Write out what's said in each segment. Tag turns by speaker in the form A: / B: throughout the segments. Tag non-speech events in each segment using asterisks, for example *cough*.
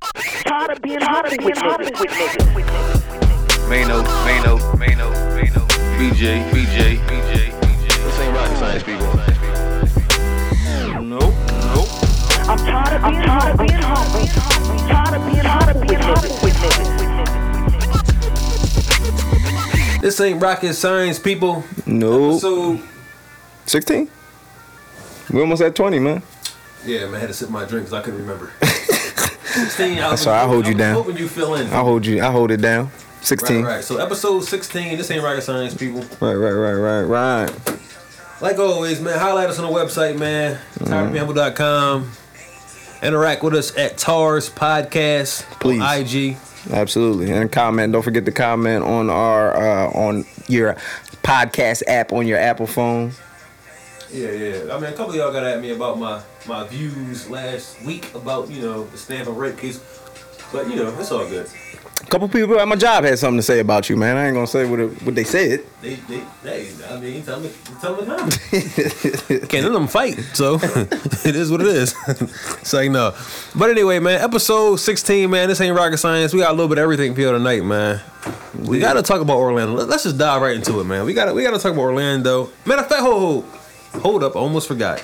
A: tired of being tired of being tired of with niggas. With niggas.
B: Mano, Mano, Mano, Mano, BJ, BJ, BJ, BJ.
C: This ain't rocket science, people.
B: Nope, nope.
A: I'm tired of being tired of being humble. Tired of being tired of being humble with niggas.
D: This ain't rocket science, people.
C: No.
D: So
C: 16? We almost at 20, man.
D: yeah, man, I had to sip my drink because I couldn't remember. *laughs* Sixteen. I was-
C: That's all right, I'll hold you
D: I was
C: down.
D: Hoping you fill in.
C: I'll hold you. I'll hold it down.
D: Right,
C: 16.
D: right. So episode sixteen. This ain't rocket science, people.
C: right, right, right, right. right.
D: Like always, man, highlight us on the website, man.
C: Mm-hmm.
D: TiredofBeingHumble.com. Interact with us at TARS Podcast.
C: Please.
D: On IG.
C: Absolutely. And comment. Don't forget to comment on our uh, on your podcast app on your Apple phone.
D: Yeah, yeah. I mean, a couple of y'all got at me about my my views last week about you know the Stanford rape case, but you know it's all good.
C: A couple people at my job had something to say about you, man. I ain't gonna say what it, what they said.
D: They, they, they. I mean, tell me, tell me now. *laughs* Can't let them fight, so *laughs* it is what it is. *laughs* it's like no, but anyway, man. Episode sixteen, man. This ain't rocket science. We got a little bit of everything for you tonight, man. We got to talk about Orlando. Let- Let's just dive right into it, man. We got to we got to talk about Orlando. Matter of fact, hold, hold, hold up. I almost forgot.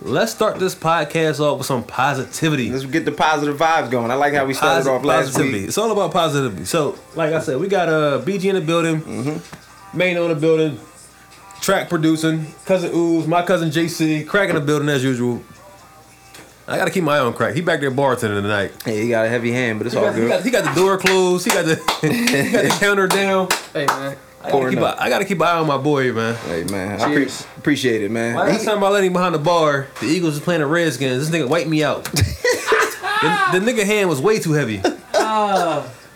D: Let's start this podcast off with some positivity.
C: Let's get the positive vibes going. I like how we started
D: Posi-
C: off last
D: positivity.
C: week.
D: It's all about positivity. So, like I said, we got uh, BG in the building,
C: Mm-hmm.
D: Main on the building, track producing, cousin Ooze, my cousin JC, crack in the building as usual. I gotta keep my eye on crack. He back there bartending tonight.
C: Hey, you got a heavy hand, but it's
D: He
C: all
D: got, he,
C: good.
D: got, he got the door closed. He got the, *laughs* he got the counter down. I
E: Hey man,
D: gotta,
C: Pouring
D: keep
C: up.
D: a, I gotta keep an eye on my boy, man.
C: Hey man,
E: Cheers.
C: I pre- appreciate it, man.
D: Last time I let him behind the bar, the Eagles was playing the Redskins. This nigga wiped me
C: *laughs*
D: out. the, the nigga hand was way too heavy.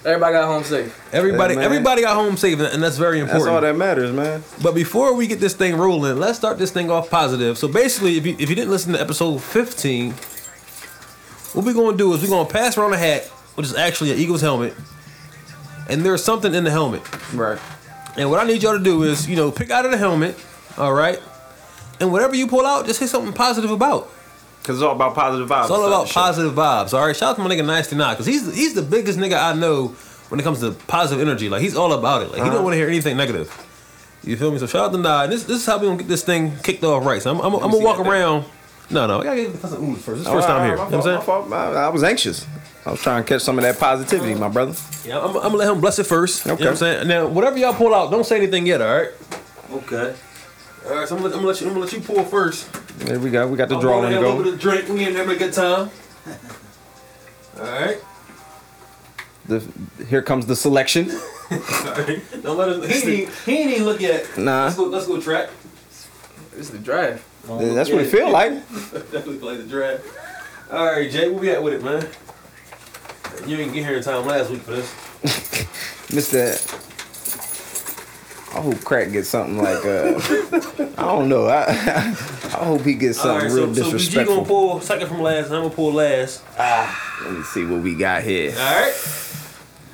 E: everybody got home safe.
D: Everybody,
C: Yeah, man.
D: everybody got home safe, and that's very important.
C: That's all that matters, man.
D: But before we get this thing rolling, let's start this thing off positive. So basically, if you, if you didn't listen to episode 15, what we're gonna do is we're gonna pass around a hat, which is actually an Eagles helmet, and there's something in the helmet.
E: Right.
D: And what I need y'all to do is, you know, pick out of the helmet, all right, and whatever you pull out, just hit something positive about.
C: Cause it's all about positive vibes.
D: It's all about positive vibes. All right, shout out to my nigga Nasty Nine because he's he's the biggest nigga I know when it comes to positive energy. Like he's all about it. Like he
C: Uh-huh.
D: don't want to hear anything negative. You feel me? So shout out to Nas. This this is how we gonna get this thing kicked off right. So I'm I'm, I'm gonna
C: see
D: walk
C: that thing.
D: around. No, no, I gotta get the cousin Oonz first. This is the first
C: Oh,
D: time here. You know what I'm saying?
C: I, I was anxious. I was trying to catch some of that positivity, my brother.
D: Yeah, I'm, I'm gonna let him bless it first. You know
C: Okay.
D: what I'm saying? Now, whatever y'all pull out, don't say anything yet, all right?
E: Okay.
D: All right, so I'm gonna, I'm gonna, let, you, I'm gonna let you pull first.
C: There we go. We got the
D: I'm
C: drawing
D: gonna have a little
C: going.
D: bit of drink. We ain't having a
C: *laughs*
D: good time. All right.
C: The, here comes the selection.
D: *laughs* Don't let us. He ain't, he ain't even look yet.
C: Nah.
D: Let's go. Let's go track.
E: This is the draft.
D: Oh,
C: That's what it feel like.
D: Definitely play the draft. All right, Jay, where we at with it, man? You didn't get here in time last week for this.
C: Mr. I hope Crack gets something like uh, I don't know. I *laughs* I hope he gets
D: All
C: something
D: right,
C: real
D: so, so BG gonna
C: disrespectful.
D: pull second from last, and I'm gonna pull last.
C: Let me see what we got here.
D: All right.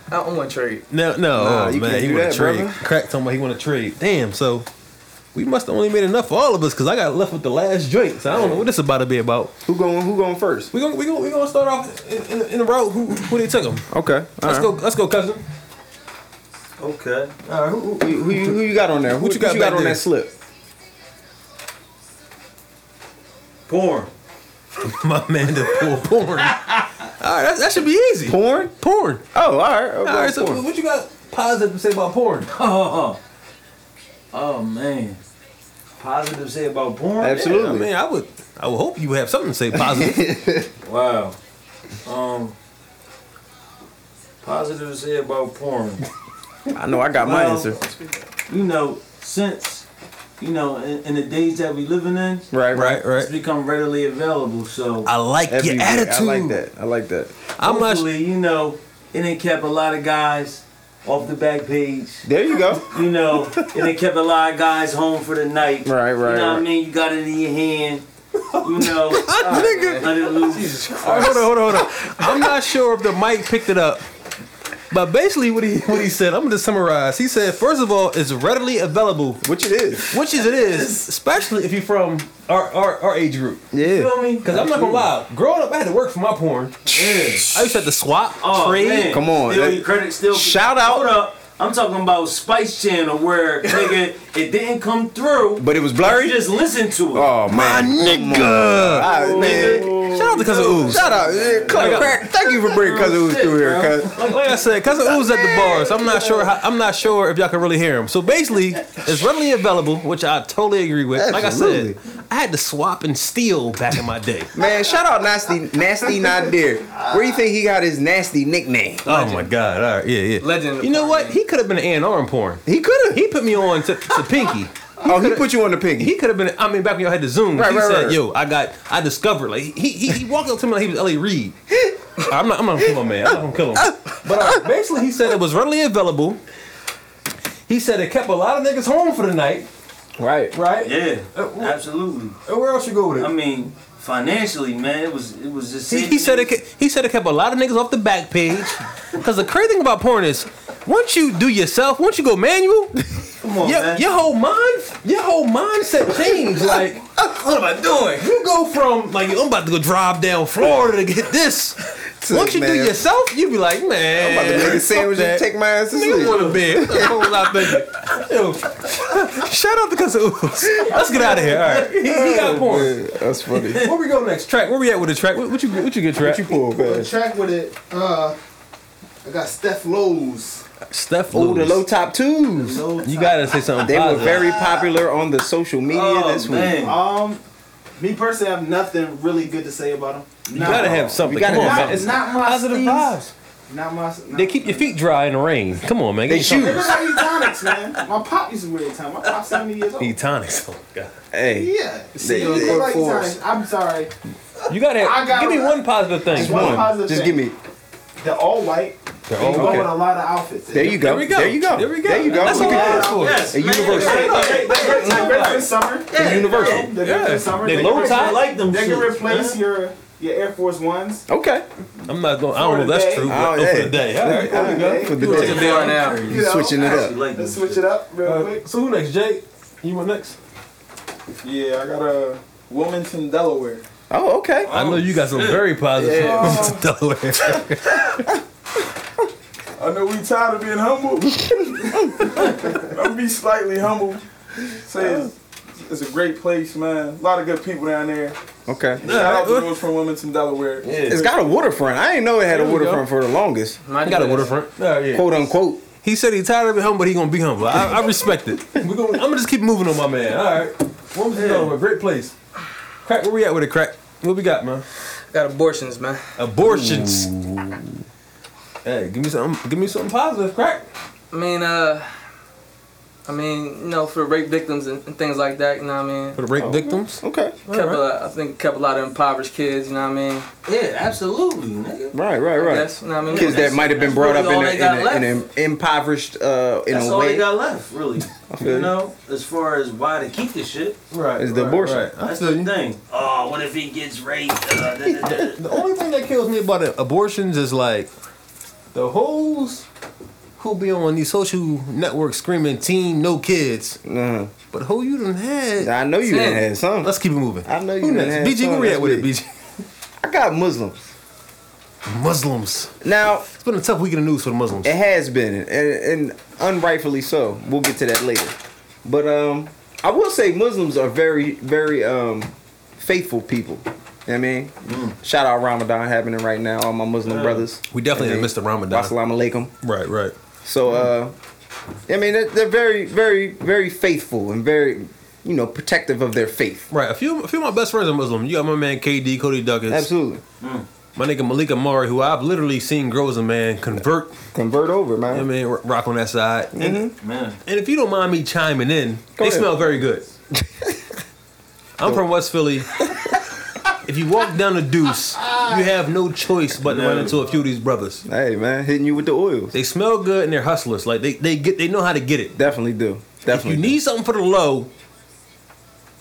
E: I don't want trade.
D: No, no,
C: Nah,
D: oh,
C: you
D: man,
C: can't
D: he
C: do
D: want
C: that,
D: to trade.
C: brother.
D: Crack talking about he want to trade. Damn, so we must have only made enough for all of us because I got left with the last drink. So I don't know what this about to be about.
C: Who going? Who going first?
D: We gonna we gonna we gonna start off in, in, in the road. Who who they took him?
C: Okay. all
D: Let's
C: right.
D: go let's go, cousin.
E: Okay.
D: All right, who, who,
C: Who, who, you- who you got on there? Who,
D: What you
C: you
D: got
C: got,
D: back
C: on
D: there?
C: that slip?
D: Porn. My man to pull porn. *laughs* All right, that, that should be easy.
C: Porn.
D: Porn.
C: Oh, all right.
D: All right, so
C: porn.
D: what you got positive to say about porn?
F: Oh, oh man. Positive say about porn?
D: I
C: Absolutely.
D: mean, I would, I would hope you would have something to say positive.
F: Wow. Um positive to say about porn.
C: I know I got my
F: Well,
C: answer.
F: You know, since you know, in, in the days that we living in,
C: Right. Right.
F: it's become readily available. So
D: I like
C: Every
D: your
C: day.
D: attitude.
C: I like that. I like that.
D: I'm not.
F: hopefully, you know, it didn't kept a lot of guys off the back page.
C: There you go.
F: You know, and it kept a lot of guys home for the night.
C: Right, right,
F: You know what I
C: right.
F: mean? You got it in your hand. You know,
C: *laughs*
D: *laughs* Nigga.
F: let it loose.
D: All right, hold on, hold on, hold on. I'm not sure if the mic picked it up, But basically, what he what he said, I'm gonna summarize. He said, first of all, it's readily available,
C: Which it is.
D: which is it is, especially if you're from our our, our age group.
C: Yeah.
F: Feel me?
D: Because I'm not gonna lie, growing up, I had to work for my porn.
F: Yeah.
D: I used to have to swap,
F: Oh,
D: trade.
F: man.
C: Come on,
F: Still,
C: that-
F: your credit still.
C: Shout out.
F: Hold up. I'm talking about Spice Channel where nigga it didn't come through.
C: But it was blurry?
F: You just listen to it.
C: Oh man. My nigga. All right, man.
D: Shout out to Cousin Ooze.
C: Shout out. Yeah, Crack. Crack. Thank you for bringing Cousin Who's through here, cuz.
D: Like, like I said, Cousin Ooze at the bars. I'm not sure. How, I'm not sure if y'all can really hear him. So basically, it's readily available, which I totally agree with. Like I
C: Absolutely.
D: said, I had to swap and steal back in my day.
C: Man, shout out Nasty Nasty Nadir. Where do you think he got his nasty nickname?
D: *laughs* Oh my god! All right, yeah, yeah.
E: Legend.
D: You know what? He could have been an A&R in porn.
C: He could have.
D: He put me on to, to Pinky.
C: Oh, he put you on the pinky.
D: He could have been. I mean, back when y'all had the Zoom,
C: Right,
D: he
C: right,
D: said,
C: right.
D: "Yo, I got, I discovered." Like he, he, he walked up to me like he was Ellie Reed. I'm not, I'm not gonna kill him, man. I'm not gonna kill him. But uh, basically, he said it was readily available. He said it kept a lot of niggas home for the night,
C: Right.
D: right?
F: Yeah, absolutely.
D: And where else you go with
F: I mean, financially, man, it was it was just.
D: He, he said it. ke- He said it kept a lot of niggas off the
C: *laughs*
D: back page. Cause the crazy thing about porn is, once you do yourself, once you go manual,
F: Come on,
D: your,
F: man.
D: your whole mind, your whole mindset changed.
C: *laughs*
D: Like.
E: what am I doing?
D: You go from like I'm about to go drive down Florida to get this.
C: Sick,
D: Once you do
C: man.
D: yourself, you be like, man,
C: I'm about to make a
D: fuck
C: sandwich
D: that.
C: and take my ass to
D: Nigga
C: sleep.
D: want to bed. That's what I think. Yo, shout out to Cousin Ooze. Let's get out of here.
C: *laughs*
D: All right, he, he
C: Oh,
D: got porn.
C: Yeah, That's *laughs* funny.
D: Where we go next? Track. Where we at with the track? What, what you what you get track?
C: What you pull,
G: The
C: man?
G: track with it, uh, I got Steph Lowe's.
D: Steph
C: Oh, the
D: Lewis.
C: low top twos.
G: No
D: You gotta say something.
C: They were
D: positive.
C: very popular on the social media
F: Oh,
C: this week.
F: man.
G: Um, me personally, I have nothing really good to say about them.
D: You gotta have something.
C: You gotta
D: Come on,
C: have
D: man.
G: Not,
D: It's
G: not my
D: positive
G: steez.
D: vibes.
G: Not my. Not
D: They keep your feet dry in the rain. Come on, man.
C: They
D: Give me something.
G: They look like Etonics, man. My pop used to wear Etonics. My pop's seventy years old.
D: Need tonics. Oh my god.
C: *laughs* Hey,
G: Yeah,
C: They-
G: they,
C: they-
G: look like
C: Force.
G: Etonics. I'm sorry.
D: You gotta.
G: I
D: Have,
G: got
D: give me
G: a-
D: one positive thing.
G: Just one.
C: one.
G: positive
C: Just
G: thing.
C: give me.
G: They're all white. They
D: all
G: go
D: white.
G: with a lot of outfits.
C: There you go.
D: There we go.
C: There you go.
D: There we go.
C: There you go.
D: That's
C: Look
D: all I
C: at
D: asked for.
F: Yes,
C: A
F: man,
C: universal.
F: they- they-
G: They're great for summer.
C: The universal.
G: They're great
D: Yeah.
G: for summer.
D: They
G: They
D: low
G: can
D: top.
F: I like them.
G: They can
F: shits,
G: replace
F: man.
G: your your Air Force Ones.
C: Okay.
D: I'm not going. I don't know if that's
G: Today.
D: true.
C: Oh,
D: But
C: yeah.
D: for the day. All right.
G: There we go.
C: For the
E: What you
C: day.
E: doing now?
G: You know,
C: Switching it
F: Actually
C: up.
F: like them
G: Let's switch it up real quick.
D: so who next? Jake. You want next?
E: Yeah, I got a woman from Delaware.
C: Oh, okay.
D: I know you got some very positive
E: Yeah.
D: shit. Delaware.
E: I know we tired of being humble. *laughs* I'm be slightly humble. Say it's, it's a great place, man. A lot of good people down there.
C: Okay.
E: Shout out to those from Wilmington, Delaware.
C: It's got a waterfront. I didn't know it had a waterfront for the longest,
D: I got a *laughs* waterfront. Oh, yeah.
C: quote unquote.
D: He said he tired of it humble, but he gonna be humble. I, I respect it. We gonna, I'm gonna just keep moving on, my man. All right. What was Delaware? Great place. Crack. Where we at with it? Crack. What we got, man?
E: Got abortions, man.
D: Abortions. Hey, give me something. Give me something positive. Crack.
H: I mean, uh, I mean, you know, for rape victims and, and things like that, you know what I mean?
D: For the rape victims.
C: Okay.
H: Kept a lot- I think kept a lot of impoverished kids, you know what I mean?
F: Yeah, absolutely, nigga.
C: Right, right,
H: I
C: right.
H: guess, you know what I mean?
C: Kids that might have been brought up
H: really
C: in,
H: all
C: a,
H: they got
C: in, a, in an impoverished, uh, in
F: That's
C: a
F: all they
C: way.
F: got left, really.
C: you.
F: You know, as far as why to keep the shit,
D: Right.
C: It's the
D: right,
C: abortion.
D: right. I
F: that's
D: feel
F: the
D: you.
F: thing. Oh, what if he gets raped? Uh, da, da, da.
D: The only thing that kills me about it- abortions is like the hoes who be on these social networks screaming "teen no kids,"
C: Uh-huh.
D: but who you done had?
C: I know you didn't have some.
D: Let's keep it moving.
C: I know you
D: Who
C: done
D: next?
C: had
D: BG,
C: some
D: where we at
C: this
D: with it?
C: week.
D: BG.
C: I got Muslims.
D: Muslims.
C: Now,
D: It's been a tough week in the news for the Muslims.
C: It has been, and, and unrightfully so. We'll get to that later. But um, I will say Muslims are very, very um, faithful people. You know what I mean, shout out Ramadan happening right now, all my Muslim brothers.
D: We definitely
C: You know what
D: missed the
C: I mean?
D: Ramadan.
C: Wassalamu alaikum.
D: Right, right.
C: So, uh, I mean, they're, they're very, very, very faithful and very, you know, protective of their faith.
D: Right. A few a few of my best friends are Muslim. You got my man KD, Cody Duggins.
C: Absolutely.
D: My nigga Malik Amari, who I've literally seen grow as a man, convert,
C: Convert over, man.
D: I mean, ro- rock on that side. And
F: Man,
D: And if you don't mind me chiming in,
C: Mm-hmm. Go
D: they
C: ahead.
D: smell
C: *laughs*
D: very good. I'm from West Philly. if you walk down the deuce, you have no choice but to run into a few of these brothers.
C: Hey, man, hitting you with the oils.
D: They smell good and they're hustlers. Like they, they get they know how to get it.
C: Definitely do. Definitely.
D: If you
C: do.
D: need something for the low,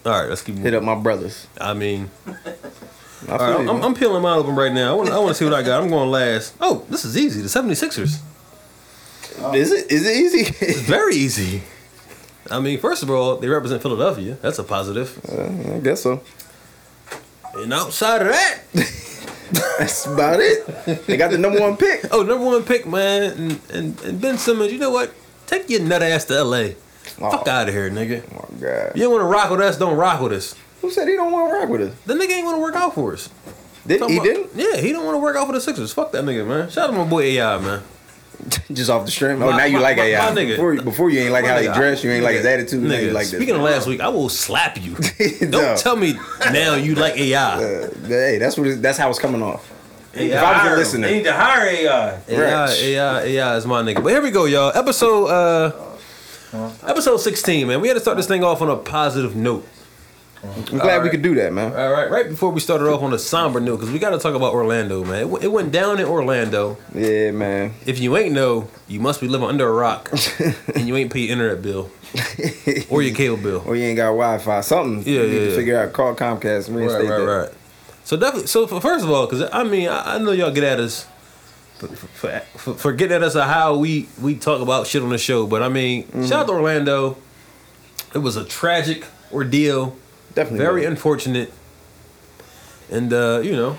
D: all right, let's keep
C: hit
D: moving.
C: up my brothers.
D: I mean,
C: I
D: all
C: feel
D: right,
C: you,
D: I'm,
C: man.
D: I'm peeling mine open right now. I want to I want to see what I got. I'm going last. Oh, this is easy. The 76ers.
C: Is it is it easy?
D: Very easy. *laughs* I mean, first of all, they represent Philadelphia. That's a positive.
C: I guess so.
D: And outside of that,
C: *laughs* That's about it. They got the number one pick.
D: oh, number one pick, man, and, and, and Ben Simmons. You know what? Take your nut ass to L.A. Fuck out of here, nigga.
C: Oh my god.
D: You don't want to rock with us? Don't rock with us.
C: Who said he don't want to rock with us?
D: The nigga ain't want to work out for us.
C: Did he
D: Talking
C: didn't?
D: about- Yeah, he don't want to work out for the Sixers. Fuck that nigga, man. Shout out to my boy AI, man.
C: Just off the stream. Oh,
D: My-
C: now you
D: my-
C: like
D: my-
C: AI.
D: my nigga.
C: Before, before you ain't like
D: My
C: how he
D: nigga,
C: dressed, you ain't like his
D: nigga,
C: attitude, now you
D: nigga,
C: like this.
D: speaking of last week, I will
C: *laughs*
D: slap you. Don't
C: No.
D: tell me now you
C: *laughs*
D: like AI.
C: Uh, hey, that's what it, that's how it's coming off.
F: They need
C: If
F: to
C: I was a
F: hire him.
C: listener.
F: They need to hire AI.
D: AI,
C: Right.
D: AI, AI is my nigga. But here we go, y'all. Episode uh episode 16, man. We had to start this thing off on a positive note.
C: I'm glad we could do that, man.
D: All right, right before we started off on a somber note, because we got to talk about Orlando, man. It, w- it went down in Orlando.
C: Yeah, man. *laughs*
D: If you ain't know, you must be living under a rock, and you ain't pay your internet bill or your cable bill.
C: Or you ain't got Wi Fi, something.
D: Yeah,
C: you need
D: yeah,
C: to
D: yeah.
C: figure out. Call Comcast and
D: Right,
C: reinstate
D: right,
C: that.
D: right. So definitely. So for, first of all, because I mean, I, I know y'all get at us for, for, for, for getting at us of how we we talk about shit on the show, but I mean, shout out to Orlando. It was a tragic ordeal,
C: Definitely.
D: very
C: man.
D: unfortunate, and uh, you know,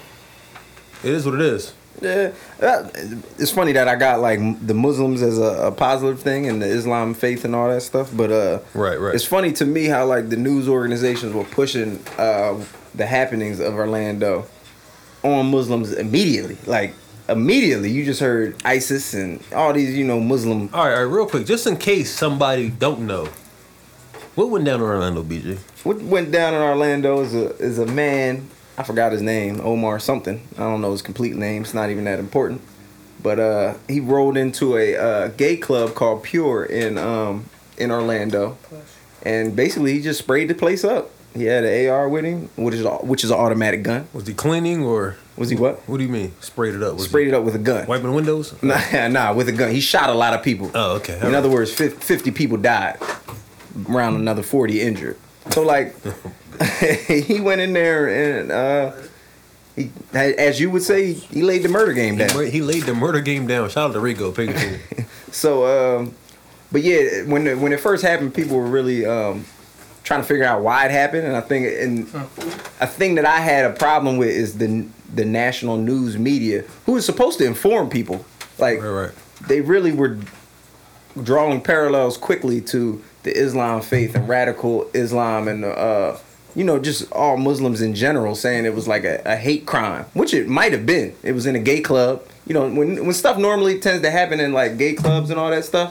D: it is what it is.
C: Yeah, Uh, it's funny that I got like m- the Muslims as a, a positive thing and the Islam faith and all that stuff. But uh,
D: Right, right.
C: It's funny to me how like the news organizations were pushing uh, the happenings of Orlando on Muslims immediately. Like immediately, you just heard ISIS and all these you know Muslim.
D: All right, all right, real quick, just in case somebody don't know, what went down in Orlando, BJ?
C: What went down in Orlando is a is a man. I forgot his name, Omar something. I don't know his complete name. It's not even that important. But uh, he rolled into a uh, gay club called Pure in um, in Orlando, and basically he just sprayed the place up. He had an AR with him, which is a- which is an automatic gun.
D: Was he cleaning or
C: Was he what?
D: what do you mean? Sprayed it up? Was he
C: Sprayed it up with a gun.
D: Wiping windows?
C: *laughs* Nah, nah, with a gun. He shot a lot of people.
D: Oh, okay.
C: In other words, fif- 50 people died, around another 40 injured. So, like, *laughs* he went in there and, uh, he, as you would say, he laid the murder game down.
D: He, mur- he laid the murder game down. Shout out to Rico Piggy.
C: So, um, but yeah, when it, when it first happened, people were really um, trying to figure out why it happened, and I think and a thing that I had a problem with is the the national news media, who is supposed to inform people, like
D: Right, right.
C: they really were drawing parallels quickly to the Islam faith and radical Islam and uh, you know just all Muslims in general, saying it was like a, a hate crime, which it might have been. It was in a gay club. You know, when when stuff normally tends to happen in like gay clubs and all that stuff,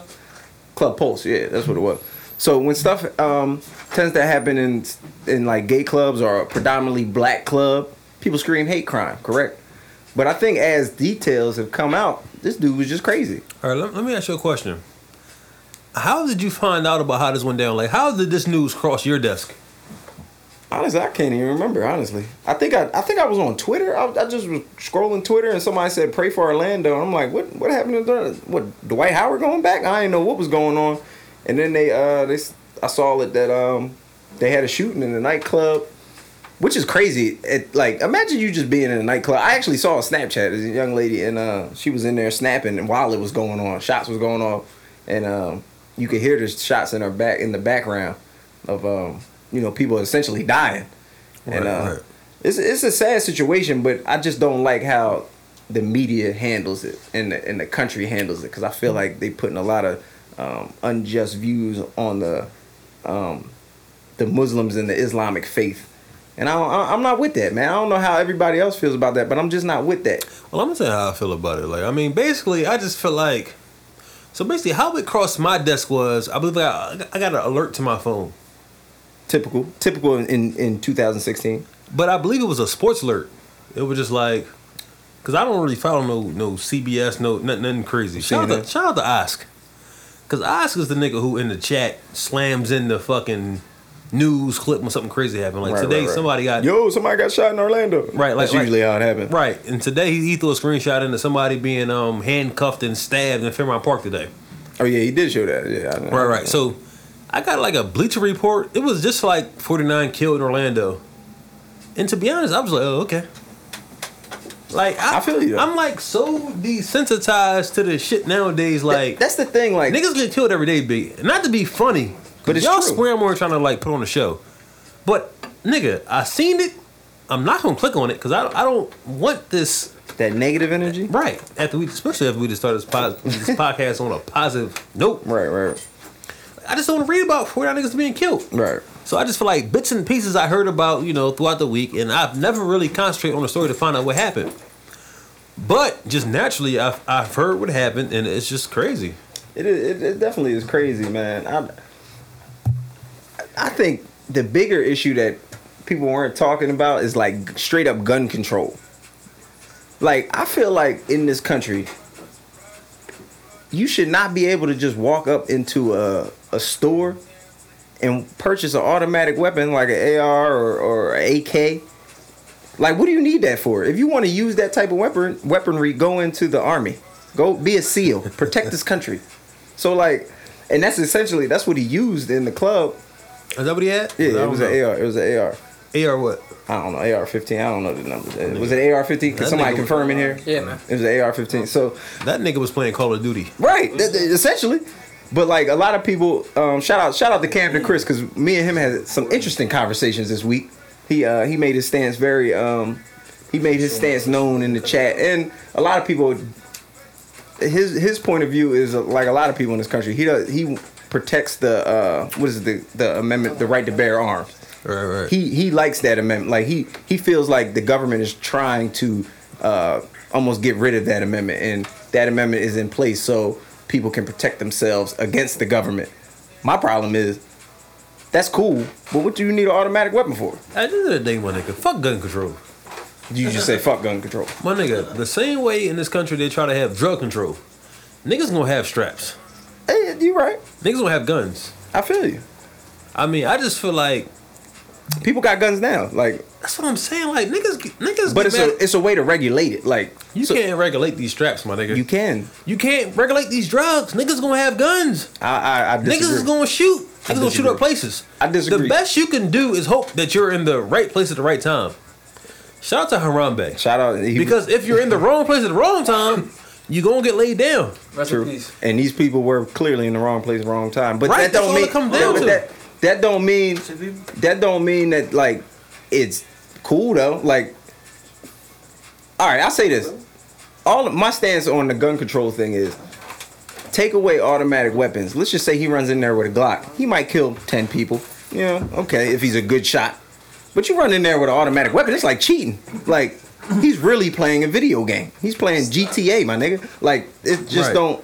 C: Club Pulse, yeah, that's what it was. So when stuff um, tends to happen in in like gay clubs or a predominantly black club, people scream hate crime, correct? But I think as details have come out, this dude was just crazy.
D: All right, let, let me ask you a question. How did you find out about how this went down? Like, how did this news cross your desk?
C: Honestly, I can't even remember. Honestly, I think I, I think I was on Twitter. I, I just was scrolling Twitter and somebody said pray for Orlando. And I'm like, what what happened to Dur- what Dwight Howard going back? I didn't know what was going on. And then they uh they s- I saw it that um they had a shooting in the nightclub, which is crazy. It like imagine you just being in a nightclub. I actually saw a Snapchat. There's a young lady and uh she was in there snapping and while it was going on, shots was going off, and um you could hear the shots in her back in the background of um you know people essentially dying and
D: Right,
C: uh,
D: right.
C: it's it's a sad situation, but I just don't like how the media handles it and the, and the country handles it because I
D: Mm-hmm.
C: feel like they putting a lot of um, unjust views on the um, the Muslims and the Islamic faith, and I don't, I- I'm not with that, man. I don't know how everybody else feels about that, but I'm just not with that.
D: Well, I'm gonna say how I feel about it. Like, I mean, basically, I just feel like. So basically, how it crossed my desk was I believe I, I got an alert to my phone,
C: Typical, typical in, in, in 2016.
D: but I believe it was a sports alert. It was just like, cause I don't really follow no no CBS, no nothing, nothing crazy. Shout out,
C: CNN.
D: to, shout out to Osk, cause Osk is the nigga who in the chat slams in the fucking news clip when something crazy happened. Like
C: Right,
D: today,
C: right, right.
D: somebody got
C: Yo, somebody got shot in Orlando.
D: Uh, Right, like-
C: that's
D: like-
C: usually how it happens.
D: Right, and today he, he threw a screenshot into somebody being um, handcuffed and stabbed in Fairmont Park today.
C: Oh yeah, he did show that. Yeah, I,
D: Right, right. So I got like a Bleacher Report. It was just like 49 killed in Orlando, and to be honest, I was like, oh okay. Like I,
C: I feel you, though.
D: I'm like so desensitized to the shit nowadays. Like
C: That's the thing, like
D: niggas get killed every day, b. Not to be funny,
C: But
D: but
C: it's
D: y'all
C: true.
D: swear more trying to like put on a show. But nigga, I seen it. I'm not gonna click on it because I, I don't want this
C: that negative energy.
D: right after we especially after we just started this, pod,
C: *laughs*
D: this podcast on a positive note.
C: Right, right,
D: I just don't wanna read about 49 niggas being killed.
C: right.
D: So I just feel like bits and pieces I heard about, you know, throughout the week, and I've never really concentrated on the story to find out what happened. But just naturally, I've, I've heard what happened, and it's just crazy.
C: It, is- it it definitely is crazy, man. I I think the bigger issue that people weren't talking about is like straight up gun control. Like I feel like in this country, you should not be able to just walk up into a a store and purchase an automatic weapon like an AR or or a AK. Like, what do you need that for? If you want to use that type of weapon weaponry, go into the army. Go be a SEAL. Protect this country. So like, and that's essentially that's what he used in the club.
D: Is that what he had? I
C: Yeah, it
D: don't
C: was
D: know.
C: an AR. It was an AR.
D: AR what?
C: I don't know AR fifteen. I don't know the numbers. Was it AR fifteen? Can
D: That
C: somebody
D: nigga was-
C: confirm in here?
H: Yeah, man.
C: It was an AR fifteen. So
D: That nigga was playing Call of Duty.
C: right, th- th- essentially. But like a lot of people, um, shout out shout out to Camden Chris because me and him had some interesting conversations this week. He uh, he made his stance very um, he made his stance known in the chat, and a lot of people his his point of view is uh, like a lot of people in this country. He does he protects the uh, what is it, the the amendment the right to bear arms.
D: Right, right.
C: he he likes that amendment. Like he he feels like the government is trying to uh, almost get rid of that amendment, and that amendment is in place so people can protect themselves against the government. My problem is that's cool, but what do you need an automatic weapon for?
D: At the end of the day, my nigga, fuck gun control.
C: You just say fuck gun control.
D: My nigga, the same way in this country they try to have drug control, niggas gonna have straps.
C: Hey, Eh, you right.
D: Niggas gonna have guns.
C: I feel you.
D: I mean, I just feel like
C: People got guns now, like,
D: that's what I'm saying. Like niggas, get- niggas.
C: but
D: get
C: it's
D: mad-
C: a it's a way to regulate it. Like
D: you
C: so-
D: can't regulate these straps, my nigga.
C: you can.
D: You can't regulate these drugs. Niggas gonna have guns.
C: I I, I disagree.
D: Niggas is gonna shoot.
C: I
D: Niggas gonna shoot up
C: disagree.
D: places.
C: I disagree.
D: The best you can do is hope that you're in the right place at the right time. Shout out to Harambe.
C: Shout out he-
D: Because if you're in the wrong place at the wrong time, you gonna get laid down.
H: Rest in
C: True.
H: peace.
C: And these people were clearly in the wrong place, wrong time. But
D: Right,
C: that
D: that's
C: don't
D: all
C: mean
D: it come down
C: but
D: to.
C: that that don't mean that don't mean that like it's cool though. Like, all right, I'll say this. All of my stance on the gun control thing is take away automatic weapons. Let's just say he runs in there with a Glock. He might kill ten people. Yeah, okay, if he's a good shot. But you run in there with an automatic weapon, it's like cheating. Like he's really playing a video game. He's playing GTA, my nigga. Like it just
D: Right.
C: don't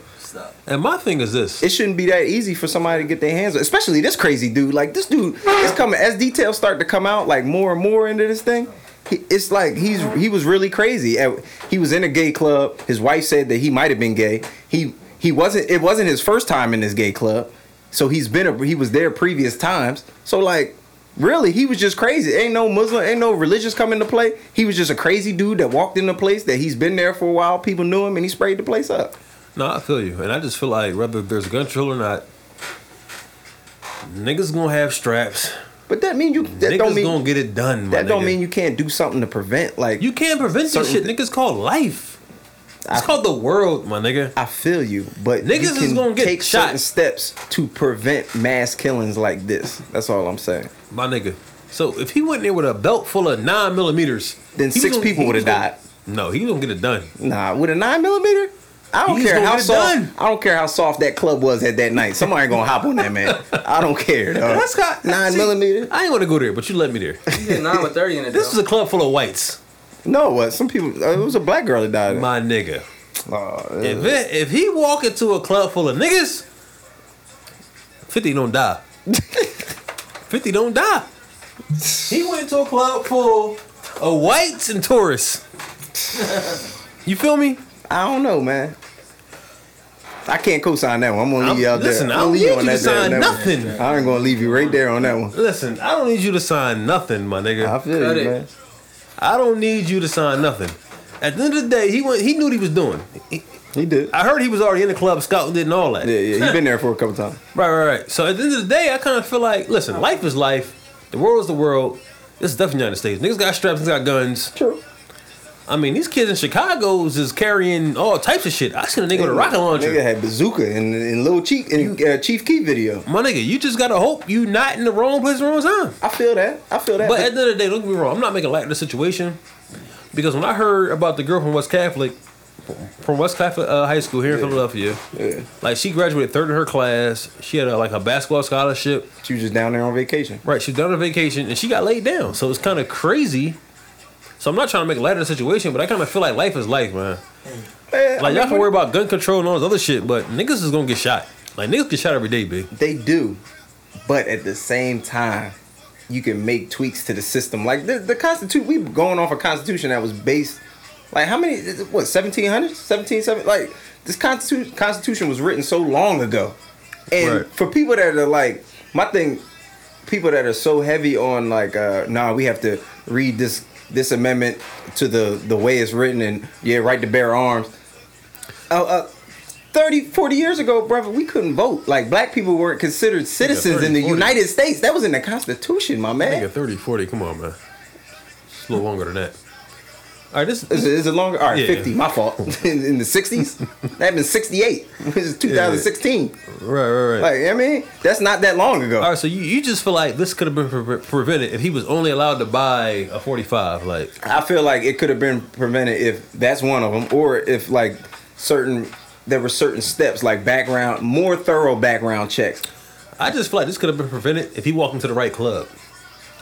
D: And my thing is this.
C: it shouldn't be that easy for somebody to get their hands on, especially this crazy dude. Like this dude is coming as details start to come out, like more and more into this thing. he- It's like he's he was really crazy. Uh, He was in a gay club. His wife said that he might have been gay. He he wasn't. It wasn't his first time in this gay club, so he's been a, he was there previous times. So like. Really, he was just crazy. Ain't no Muslim, ain't no religious come into play. He was just a crazy dude that walked in the place that he's been there for a while. People knew him, and he sprayed the place up.
D: No, I feel you. And I just feel like whether there's gun control or not, niggas gonna have straps.
C: But that mean you that
D: niggas
C: don't mean
D: gonna get it done, my
C: That don't
D: nigga.
C: mean you can't do something to prevent. Like
D: You can't prevent this
C: Certain
D: shit.
C: thi-
D: Niggas called life. It's
C: I-
D: called the world, my nigga.
C: I feel you, but
D: Niggas
C: you
D: is
C: can
D: gonna get
C: take
D: shot.
C: certain steps to prevent mass killings like this. That's all I'm saying.
D: My nigga. So if he went there with a belt full of nine millimeters,
C: Then
D: he was
C: six
D: gonna-
C: people
D: he
C: would
D: was
C: have
D: gonna-
C: died.
D: No, he gonna get it done.
C: Nah, with a nine millimeter. I don't
D: He's
C: care
D: gonna
C: how
D: get it
C: soft.
D: done.
C: I don't care how soft that club was at that night. Somebody gonna hop on that man. I don't care. Dog.
D: That's got
C: nine
D: see,
C: millimeter.
D: I ain't want to go there, but you let
C: *laughs*
D: me there.
H: You get nine with thirty in *laughs* it.
D: This was
H: though.
D: a club full of whites,
C: No, what? Some people. uh, It was a black girl that died.
D: my nigga.
C: Oh, yeah.
D: If it, if he walk into a club full of niggas, Fifty
C: *laughs*
D: don't die. Fifty don't die. He went to a club full of whites
C: *laughs*
D: and tourists. You feel me?
C: I don't know, man. I can't co-sign that one. I'm gonna leave
D: I'm-
C: you out there.
D: listen, I
C: I'm
D: don't
C: gonna leave
D: need you to
C: there,
D: sign
C: that one.
D: nothing.
C: I ain't gonna leave you right there on that one.
D: Listen, I don't need you to sign nothing, my nigga.
C: I feel
H: Cut
C: you,
H: it.
C: man.
D: I don't need you to sign nothing. At the end of the day, he went. He knew what he was doing. He-
C: He did.
D: I heard he was already in the club scouting it and all that.
C: Yeah, yeah. He been there for a couple times.
D: *laughs* Right, right, right. So at the end of the day, I kind of feel like, listen, life is life. The world is the world. This is definitely the United States. Niggas got straps, niggas got guns.
C: True.
D: I mean, these kids in Chicago's is carrying all types of shit. I seen a nigga with a rocket launcher.
C: Nigga had bazooka and and little Chief in uh, Chief Key video.
D: My nigga, you just gotta hope you not in the wrong place at the wrong time.
C: I feel that. I feel that.
D: But at the end of the day, don't get me wrong. I'm not making light of the situation because when I heard about the girl from West Catholic, from West Catholic uh, High School here in Philadelphia,
C: yeah,
D: like she graduated third in her class. She had a, like a basketball scholarship.
C: she was just down there on vacation.
D: Right, she's done her vacation and she got laid down. So it's kind of crazy. So I'm not trying to make light of the situation, but I kind of feel like life is life, man.
C: Man, I
D: Like y'all can
C: mean,
D: worry about gun control and all this other shit, but niggas is gonna get shot. Like niggas get shot every day, big.
C: they do, but at the same time, you can make tweaks to the system. Like the the constitution, we going off a constitution that was based, like how many? is it, What 1700? 1770? Like this constitution constitution was written so long ago, and
D: Right.
C: for people that are like my thing, people that are so heavy on like, uh, nah, we have to read this this amendment to the the way it's written, and yeah, right to bear arms. Uh, uh, 30, 40 years ago, brother, we couldn't vote. Like, black people weren't considered citizens
D: 30,
C: in the
D: 40.
C: United States. That was in the Constitution, my man.
D: Nigga, 30, 40, come on, man. It's a little longer than that. All right, this
C: Is it, is it longer? All right,
D: Yeah.
C: 50, my fault. *laughs* in, in the
D: *laughs*
C: 60s? That been *laughs* 68, which is 2016.
D: right, right, right.
C: Like, I mean, that's not that long ago.
D: all right, so you, you just feel like this could have been pre- prevented if he was only allowed to buy a 45. Like,
C: I feel like it could have been prevented if that's one of them, or if like certain there were certain steps like background, more thorough background checks.
D: I just feel like this could have been prevented if he walked into the right club.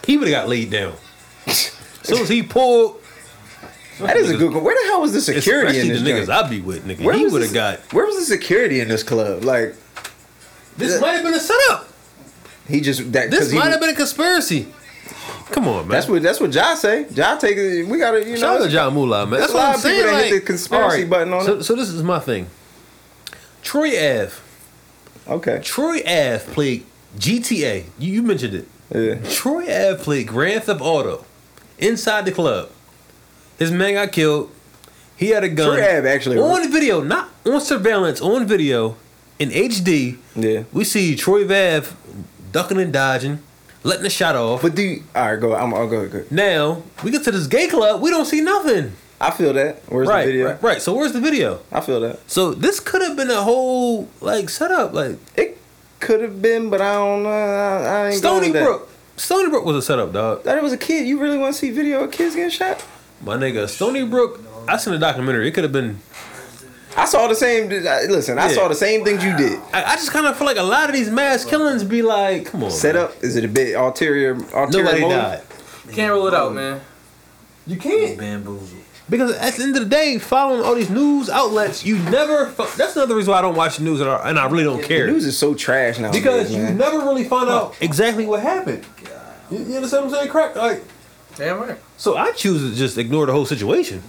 D: He would have got laid down. As soon as he pulled,
C: That is a good. Where the hell was the security in
D: especially
C: this?
D: the niggas
C: joint?
D: I be with, nigga,
C: Where
D: he
C: was
D: would have
C: this-
D: got.
C: Where was the security in this club? Like
D: This
C: Yeah.
D: might have been a setup.
C: he just that. 'cause
D: This
C: he,
D: might have been a conspiracy. Come on, man.
C: That's what that's what John say. John take it. We gotta you
D: Shout out
C: know.
D: to John Moolah, man.
C: there's
D: That's
C: a
D: what
C: lot
D: I'm
C: of people
D: saying.
C: that hit
D: like,
C: the conspiracy
D: all right,
C: button on
D: so, So this is my thing. Troy Ave.
C: okay.
D: Troy Ave played GTA. You, you mentioned it.
C: Yeah.
D: Troy Ave played Grand Theft Auto inside the club. His man got killed. He had a gun.
C: Troy Ave actually-
D: on video, not on surveillance, on video in HD.
C: Yeah.
D: We see Troy Ave ducking and dodging, letting the shot off.
C: But do you, all right. Go. I'm. I'll go. go.
D: Now we get to this gay club. We don't see nothing.
C: I feel that. Where's
D: right,
C: the video?
D: right, right. So where's the video?
C: I feel that.
D: So this could have been a whole like setup, like
C: It could have been, but I don't know. I, I ain't going
D: Stony
C: with that.
D: Brook. Stony Brook was a setup, dog.
C: That it was a kid. You really want to see video of kids getting shot?
D: My nigga, Stony Brook. I seen a documentary. It could have been.
C: I saw the same. I- Listen, I
D: Yeah.
C: saw the same things you did.
D: I, I just kind of feel like a lot of these mass killings be like, come on.
C: Set
D: man.
C: up. Is it a bit ulterior? ulterior
D: Nobody
C: motive?
D: died
H: Can't rule it out, man.
G: You can't.
F: Bamboozled.
D: because at the end of the day, following all these news outlets, you never. fu- That's another reason why I don't watch the news at all, and I really don't
C: The
D: care
C: news is so trash now.
D: because you
C: man.
D: never really find out exactly what happened. You, you understand what I'm saying? Correct. Like,
H: Damn right.
D: so I choose to just ignore the whole situation.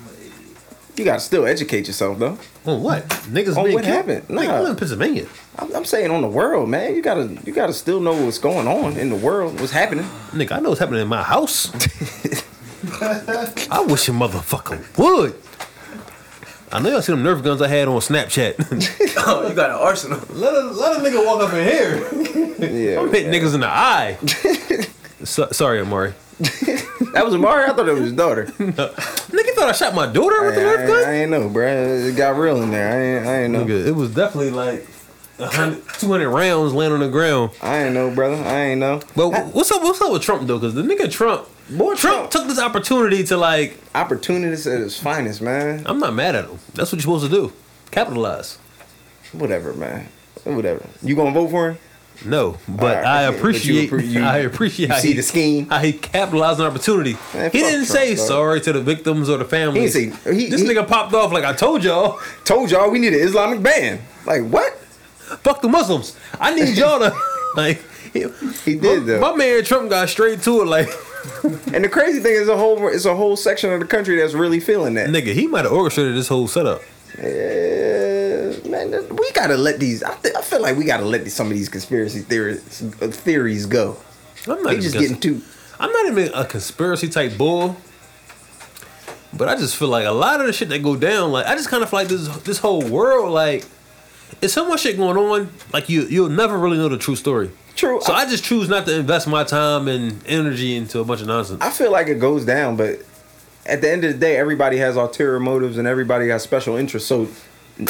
C: you gotta still educate yourself though.
D: On what? Niggas
C: On
D: being
C: what
D: killed?
C: happened?
D: Nigga,
C: Nah.
D: I live in Pennsylvania.
C: I'm, I'm saying on the world, man. You gotta you gotta still know what's going on in the world, what's happening.
D: Nigga, I know what's happening in
C: *laughs*
D: my house. I wish a motherfucker would. I know y'all see them Nerf guns I had on Snapchat. *laughs*
H: *laughs* Oh, you got an arsenal.
D: let, a, let a nigga walk up in here.
C: Yeah,
D: I'm hitting niggas in the eye.
C: *laughs*
D: so, sorry, Amari.
C: that was Amari. I thought it was his daughter.
D: Nigga thought I shot my daughter with the
C: I,
D: Nerf
C: I, I
D: gun?
C: ain't know, bruh. It got real in there. I ain't, I ain't know.
D: Nigga, it was definitely like 100, 200 rounds laying on the ground.
C: I ain't know, brother. I ain't know.
D: But what's up? What's up with Trump though? Because the nigga Trump,
C: Boy,
D: Trump took this opportunity to like.
C: opportunities at its finest, man.
D: I'm not mad at him. That's what you're supposed to do. Capitalize.
C: Whatever, man. Whatever. You gonna vote for him?
D: No, but
C: Alright,
D: I
C: but you
D: appreciate. *laughs*
C: appre- you-
D: I appreciate.
C: You
D: how
C: see
D: he-
C: the scheme.
D: how he capitalized on opportunity.
C: Man,
D: he
C: fuck Trump,
D: didn't say
C: dog.
D: sorry to the victims or the family.
C: He didn't say- he-
D: this
C: he-
D: nigga popped off like I told y'all.
C: Told y'all we need an Islamic ban. Like what? *laughs*
D: Fuck the Muslims. I need y'all to *laughs* like. He,
C: He did though.
D: my man Trump got straight to it. Like
C: And the crazy thing is a whole it's a whole section of the country that's really feeling that.
D: nigga, he might have orchestrated this whole setup.
C: Uh, man, that- we gotta let these. I, thi- I feel like we gotta let these, some of these conspiracy theories uh, theories go.
D: I'm not
C: They
D: even
C: just
D: cons-
C: getting too.
D: I'm not even a conspiracy type bull. But I just feel like a lot of the shit that go down, like I just kind of feel like this this whole world, like it's so much shit going on, like you you'll never really know the true story.
C: True.
D: So
C: I,
D: I just choose not to invest my time and energy into a bunch of nonsense.
C: I feel like it goes down, but at the end of the day, everybody has ulterior motives and everybody got special interests. So,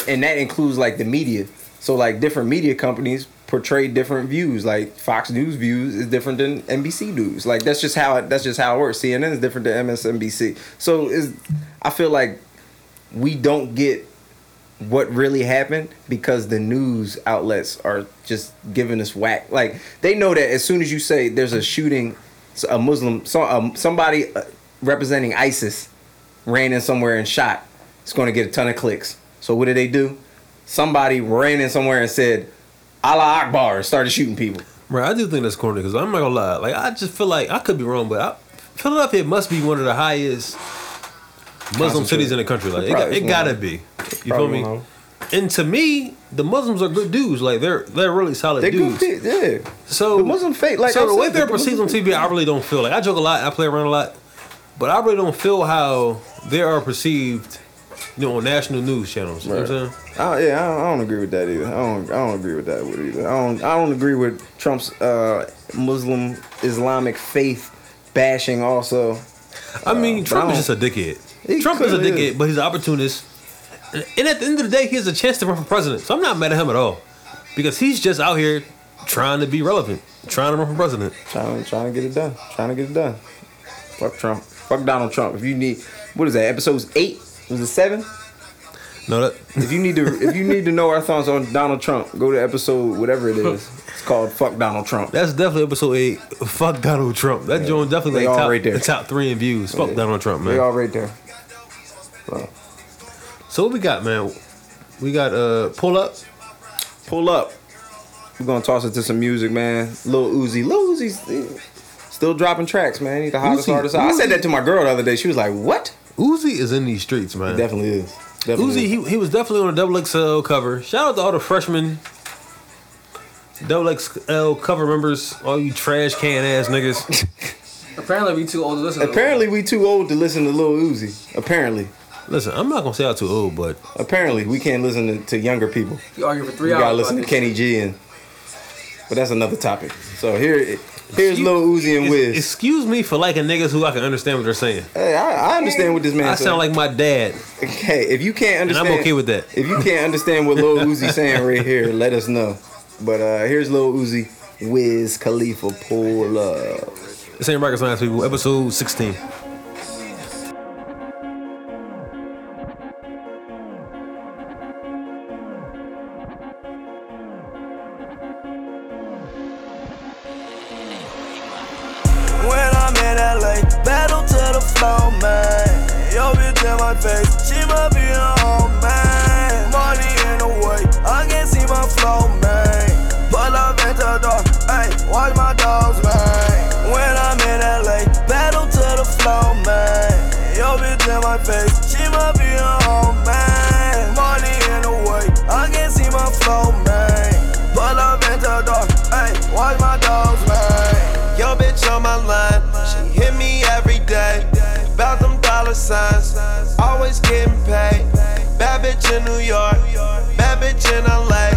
C: and that includes like the media. So like different media companies portray different views. Like Fox News views is different than NBC news. Like that's just how it, that's just how it works. CNN is different than MSNBC. So is I feel like we don't get what really happened because the news outlets are just giving us whack. Like they know that as soon as you say there's a shooting, s- a Muslim, so um, somebody uh, representing ISIS ran in somewhere and shot, it's going to get a ton of clicks. So what did they do? Somebody ran in somewhere and said, "Allah Akbar," and started shooting people.
D: Right, I do think that's corny because I'm not gonna lie. Like, I just feel like I could be wrong, but I, Philadelphia must be one of the highest
C: Concentrate.
D: Muslim cities in the country. Like, it, got,
C: Probably
D: it
C: one.
D: gotta be. You feel me? And to me, the Muslims are good dudes. Like, they're they're really solid
C: They
D: dudes.
C: good kids, yeah.
D: So
C: The Muslim faith, like I
D: so the
C: said,
D: way they're
C: the
D: perceived on TV, I really don't feel like I joke a lot, I play around a lot, but I really don't feel how they are perceived, you know, on national news channels. You know what I'm saying?
C: I, yeah, I don't, I don't agree with that either. I don't, I don't agree with that with either. I don't, I don't agree with Trump's uh, Muslim Islamic faith bashing. Also,
D: I mean,
C: but
D: Trump
C: I
D: is just a dickhead.
C: He
D: Trump is a
C: clearly
D: dickhead,
C: is.
D: but he's an opportunist. And at the end of the day, he has a chance to run for president. So I'm not mad at him at all, because he's just out here trying to be relevant, trying to run for president.
C: trying, trying to get it done, trying to get it done. Fuck Trump, fuck Donald Trump. If you need, what is that? Episodes eight was it seven?
D: No, that
C: If you need to, if you need to know our thoughts on Donald Trump, go to episode whatever it is. It's called "Fuck Donald Trump."
D: that's definitely episode eight. Fuck Donald Trump. That joint definitely
C: They
D: like
C: all
D: top,
C: right there.
D: the top three in views. Fuck Donald Trump, man.
C: They all right there.
D: So what we got, man? We got uh pull up.
C: Pull up. We're gonna toss it to some music, man. Lil Uzi, Lil Uzi's eh, still dropping tracks, man. He's the hottest
D: Uzi,
C: artist. I said that to my girl the other day. She was like, "What?"
D: Uzi is in these streets, man.
C: Definitely is. Definitely
D: Uzi,
C: is.
D: he, he was definitely on a double XL cover. Shout out to all the freshmen double XL cover members, all you trash can
C: *laughs*
D: ass niggas.
H: Apparently, we too old to listen. to
C: Apparently, we too old to listen to Lil Uzi. Apparently,
D: Listen, I'm not gonna say I'm too old, but
C: apparently, we can't listen to, to younger people.
H: it. you argue for
C: We
H: three
C: gotta
H: hours.
C: listen to
H: about
C: Kenny G and. But that's another topic. So here, here's Lil Uzi and
D: Ex-
C: Wiz.
D: Excuse me for liking niggas who I can understand what they're saying.
C: Hey, I, I understand what this man.
D: I
C: said.
D: sound like my dad,
C: Hey, if you can't
D: and
C: understand,
D: I'm okay with that.
C: If you can't understand what Lil Uzi saying right here, let us know. But uh here's Lil Uzi, Wiz Khalifa, pull up.
D: This ain't Rocket Science People, episode 16.
I: When I'm in LA, battle to the flow, man. Yo, bitch in my face, she must be a home, man. Money in the way, I can see my flow, man. Pull up at the door, hey, watch my dogs, man. When I'm in LA, battle to the flow, man. Yo, bitch in my face, she must be a home, man. Money in the way, I can see my flow, man. Pull up at the door, hey, watch my dogs, man. Yo, bitch on my line, she hit me every day. About them dollar signs, always getting paid. Bad bitch in New York, bad bitch in LA.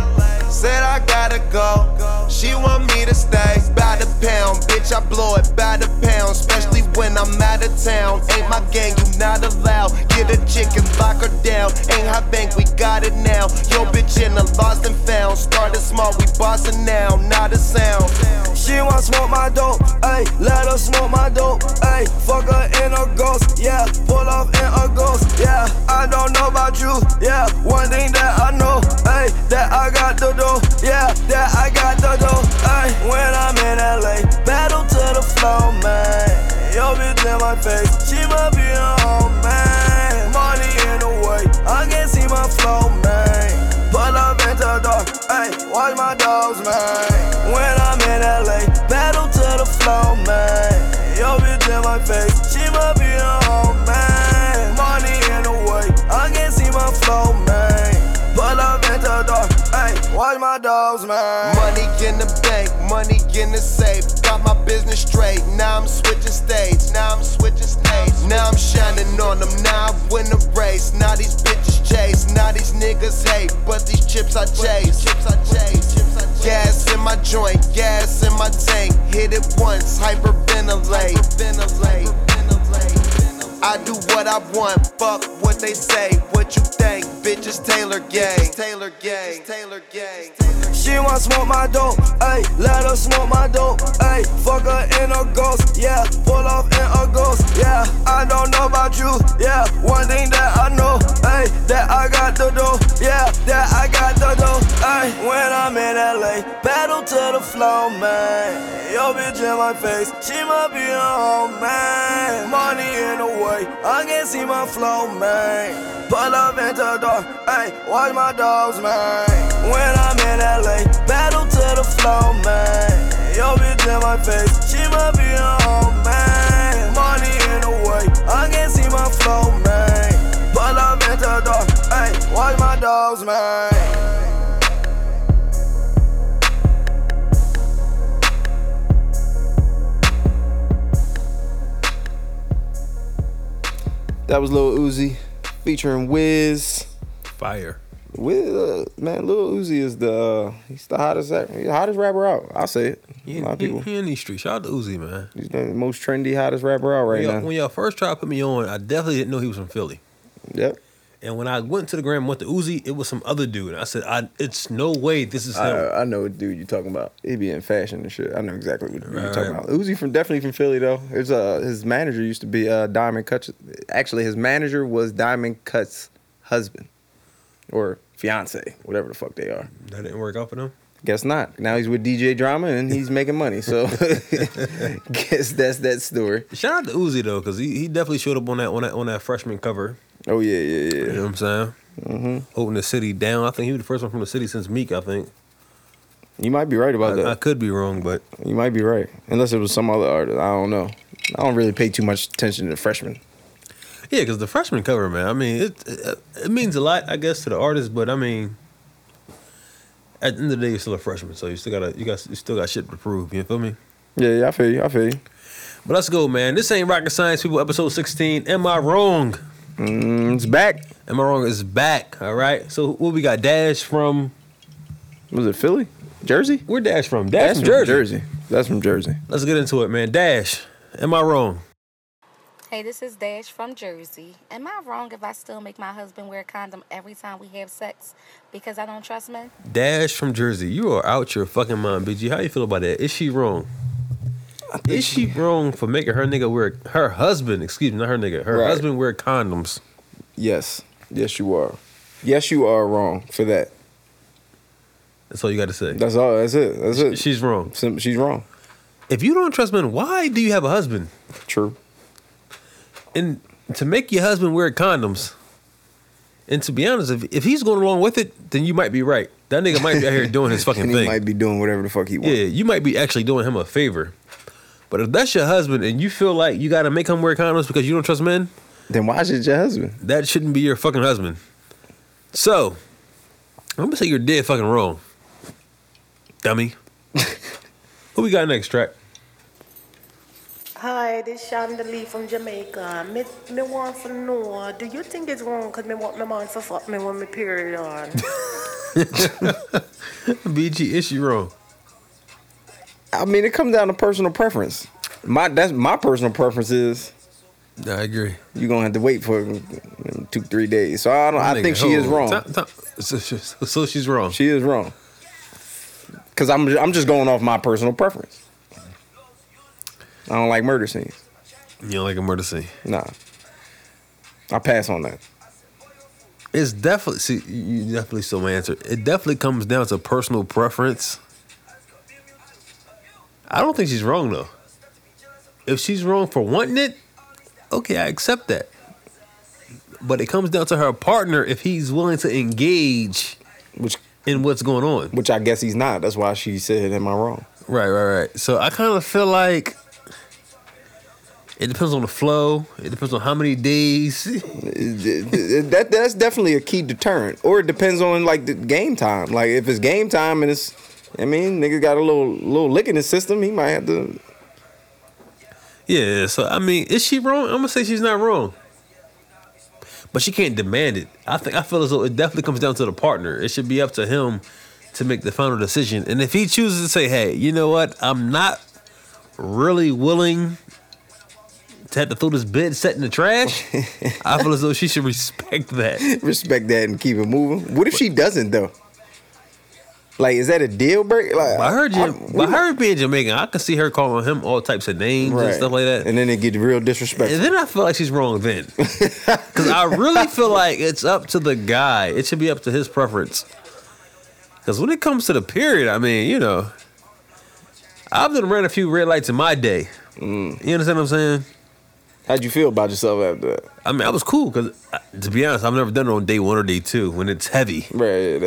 I: Said I gotta go, she want me to stay. By the pound, bitch, I blow it by the pound, especially when I'm out of town. Ain't my gang, you not allowed. Get a chick and lock her down. Ain't high bank, we got it now. Yo, bitch, in the lost and found. Started small, we bossing now, not a sound. She want smoke my dope, ayy. Let her smoke my dope, ayy. Fuck her in a ghost, yeah. Pull off in a ghost, yeah. I don't know about you, yeah. One thing that I know, ayy. That I got the dough, yeah. That I got the dough, ayy. When I'm in LA, battle to the flow, man. Yo, bitch in my face, she must be a home, man. Money in the way, I can see my flow, man. Pull up at the door, ayy, watch my dogs, man. When I'm in LA, battle to the flow, man. Yo, bitch in my face, she must be a home, man. Money in the way, I can see my flow, man. Pull up at the door, ayy, watch my dogs, man. Money in the bank, money in the safe. Got my business straight, now I'm switching states, now I'm switching states. Now I'm shining on them, now I win the race. Now these bitches chase, now these niggas hate, but these chips I chase. Chips I chase. Gas in my joint, gas in my tank. Hit it once, hyperventilate. I do what I want, fuck what they say. What you think, bitches Taylor gang. Taylor gang. Taylor gang. She want smoke my dope, ayy. Let her smoke my dope, ayy. Fuck her in a ghost, yeah. Pull off in a ghost, yeah. I don't know about you, yeah. One thing that I know, ayy. That I got the dough, yeah. That I got the dough, ayy. When I'm in LA, battle to the flow, man. Yo, bitch in my face, she might be a home, man. Money in the way, I can see my flow, man. Pull up into the door, ayy. Watch my dogs, man. When I'm in LA, battle to the flow, man. Yo, bitch in my face, she might be a home, man. Money in the way, I can see my flow, man. Pull up into the door, ayy. Watch my dogs, man.
C: That was Lil Uzi featuring Wiz.
D: Fire.
C: Wiz, uh, man, Lil Uzi is the uh, he's the hottest act- he's the hottest rapper out. I'll say it.
D: He,
C: a lot of
D: he-
C: people.
D: he in these streets. Shout out to Uzi, man.
C: He's the most trendy, hottest rapper out right
D: When y'all,
C: now.
D: when y'all first tried to put me on, I definitely didn't know he was from Philly.
C: Yep.
D: And when I went to the gram and went to Uzi, it was some other dude. And I said, I, it's no way this is him.
C: I, I know what dude you're talking about. He be in fashion and shit. I know exactly what you're
D: Right.
C: talking about. Uzi from definitely from Philly though. His uh his manager used to be uh Diamond Cuts. Actually, his manager was Diamond Cuts' husband or fiance, whatever the fuck they are.
D: that didn't work out for them.
C: Guess not. Now he's with DJ Drama and *laughs* he's making money. So guess that's that story.
D: Shout out to Uzi though, because he, he definitely showed up on that on that on that freshman cover.
C: Oh yeah, yeah,
D: You know
C: yeah.
D: what I'm saying? Mm-hmm. Holding the city down. I think he was the first one from the city since Meek. I think
C: You might be right about
D: I, I
C: that.
D: could be wrong, but
C: You might be right. Unless it was some other artist. I don't know. I don't really pay too much attention to the freshmen.
D: yeah, because the freshman cover, man. I mean, it, it it means a lot, I guess, to the artist, but I mean, at the end of the day, you're still a freshman, so you still gotta you got you still got shit to prove. You feel me?
C: Yeah, yeah, I feel you. I feel you.
D: But let's go, man. This ain't rocket science, people. Episode 16. Am I wrong?
C: Mm, it's back.
D: Am I wrong? Is back. All right. So what we got? Dash from
C: Was it Philly? Jersey?
D: where? Dash from? Dash,
C: That's
D: from Jersey.
C: That's from Jersey.
D: Let's get into it, man. Dash. Am I wrong?
J: Hey, this is Dash from Jersey. Am I wrong if I still make my husband wear a condom every time we have sex because I don't trust men?
D: Dash from Jersey. You are out your fucking mind, BG. How you feel about that? Is she wrong? Is she wrong for making her nigga wear her husband? Excuse me, not her nigga. Her
C: Right.
D: husband wear condoms.
C: Yes. Yes, you are. Yes, you are wrong for that.
D: That's all you got to say.
C: That's all. That's it. That's it.
D: She's wrong.
C: Sim- She's wrong.
D: If you don't trust men, why do you have a husband?
C: True.
D: And to make your husband wear condoms. And to be honest, if, if he's going along with it, then you might be right. That nigga might be out here
C: *laughs*
D: doing his fucking
C: And he
D: thing.
C: might be doing whatever the fuck he wants.
D: Yeah, you might be actually doing him a favor. But if that's your husband and you feel like you gotta make him wear condoms because you don't trust men,
C: Then why should your husband?
D: that shouldn't be your fucking husband. So, I'm gonna say you're dead fucking wrong. *laughs* Dummy. Who we got next, track?
K: Hi, this Shonda Lee from Jamaica. Me, me want to know, do you think it's wrong because me want my man to fuck me when my period on?
D: BG, is she wrong?
C: I mean, it comes down to personal preference. My that's my personal preference is
D: I agree.
C: you're gonna have to wait for mm, two three days. So I don't. I think she is wrong.
D: so, so- so she's wrong.
C: She is wrong. Cause I'm I'm just going off my personal preference. I don't like murder scenes.
D: you don't like a murder scene.
C: Nah. I pass on that.
D: It's definitely see you definitely still my answer. It definitely comes down to personal preference. I don't think she's wrong though. If she's wrong for wanting it, okay, I accept that. But it comes down to her partner if he's willing to engage
C: Which
D: in what's going on.
C: which I guess he's not. That's why she said, Am I wrong?
D: Right, right, right. So I kind of feel like it depends on the flow. It depends on how many days.
C: that that's definitely a key deterrent. Or it depends on like the game time. Like if it's game time and it's I mean, nigga got a little little lick in his system, he might have to *laughs*
D: Yeah, so I mean, is she wrong? I'm gonna say she's not wrong. But she can't demand it. I think I feel as though it definitely comes down to the partner. It should be up to him to make the final decision. And if he chooses to say, "Hey, you know what? I'm not really willing had to throw this bed set in the trash. I feel as though she should respect that.
C: Respect that and keep it moving. What if she doesn't though? Like, is that a deal breaker? Like,
D: I
C: *laughs*
D: heard
C: I-
D: you. By her being Jamaican, I could see her calling him all types of names and
C: Right.
D: stuff like that.
C: And then it get real disrespectful.
D: And then I feel like she's wrong then, because I really feel like it's up to the guy. It should be up to his preference. Because when it comes to the period, I mean, you know, I've done ran a few red lights in my day. You understand what I'm saying?
C: How'd you feel about yourself after that?
D: I mean, I was cool because, to be honest, I've never done it on day one or day two when it's heavy.
C: Right.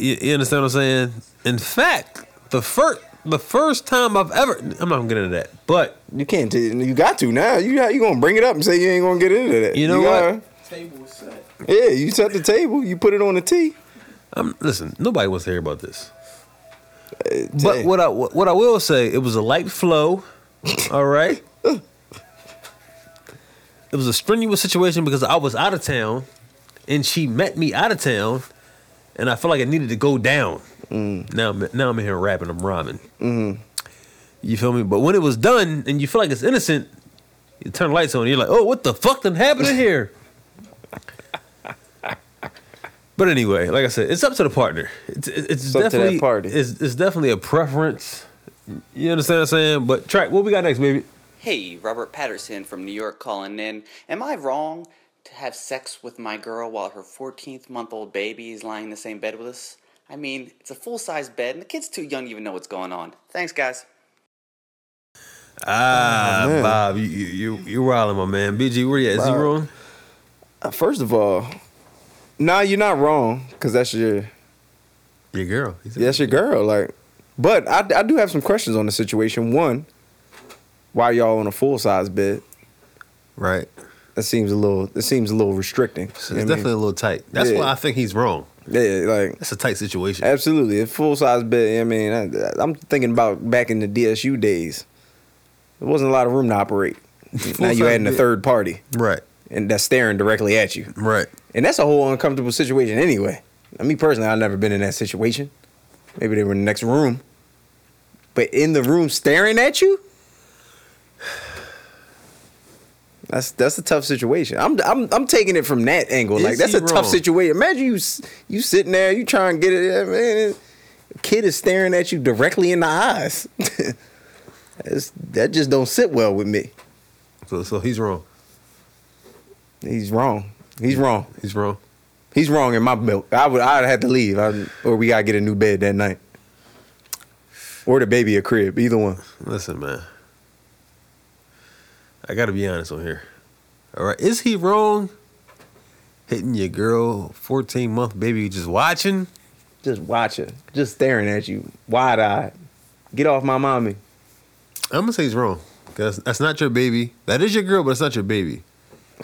D: you, you understand what I'm saying? In fact, the first the first time I've ever I'm not gonna get into that, but
C: you can't. T- you got to now. You you gonna bring it up and say you ain't gonna get into that.
D: You know
C: gotta-
G: Table was set.
C: yeah, you set the table. You put it on the tee.
D: I'm listen. Nobody wants to hear about this. But what I what I will say, it was a light flow. all right. It was a strenuous situation because I was out of town, and she met me out of town, and I felt like it needed to go down. Now I'm now I'm in here rapping. I'm rhyming. Mm-hmm. You feel me? But when it was done, and you feel like it's innocent, you turn the lights on. And you're like, oh, what the fuck done happened in here? *laughs* But anyway, like I said, it's up to the partner. It's, it's it's
C: up to that
D: definitely
C: party.
D: It's, it's definitely a preference. You understand what I'm saying? But track, what we got next, baby?
L: Hey, Robert Patterson from New York calling in. Am I wrong to have sex with my girl while her 14th month old baby is lying in the same bed with us? I mean, it's a full size bed and the kid's too young to even know what's going on. Thanks, guys.
D: Ah, Bob, you you you, you wilding, my man. BG, where you at? Is he
C: Bob.
D: wrong?
C: Uh, First of all, nah, you're not wrong because that's your
D: your girl.
C: That's your girl. Like, but I, I do have some questions on the situation. One, why y'all on a full size bed?
D: Right.
C: That seems a little. That seems a little restricting.
D: It's definitely a little tight. That's why I think he's wrong.
C: Yeah, like
D: it's a tight situation.
C: Absolutely, a full size bed. I mean, I, I'm thinking about back in the DSU days. There wasn't a lot of room to
D: *laughs*
C: operate. now
D: Full-size
C: you adding a
D: bed.
C: third party,
D: right?
C: And that's staring directly at you,
D: right?
C: And that's a whole uncomfortable situation anyway. I mean, personally, I've never been in that situation. Maybe they were in the next room, but in the room staring at you. *sighs* That's that's a tough situation. I'm I'm I'm taking it from that angle.
D: Is
C: like that's
D: he
C: a tough
D: wrong?
C: situation. Imagine you s- you sitting there, you trying to get it. yeah, Man, kid is staring at you directly in the eyes. *laughs* That's- that just don't sit well with me.
D: So so he's wrong.
C: He's wrong. He's wrong.
D: He's wrong.
C: He's wrong in my book. I would I'd have to leave, I, or we gotta get a new bed that night, or the baby a crib. Either one.
D: Listen, man. I gotta be honest on here. All right, is he wrong? Hitting your girl, fourteen month baby, you just watching,
C: just watching, just staring at you, wide eyed. Get off my mommy.
D: I'm gonna say he's wrong. Cause that's not your baby. That is your girl, but it's not your baby.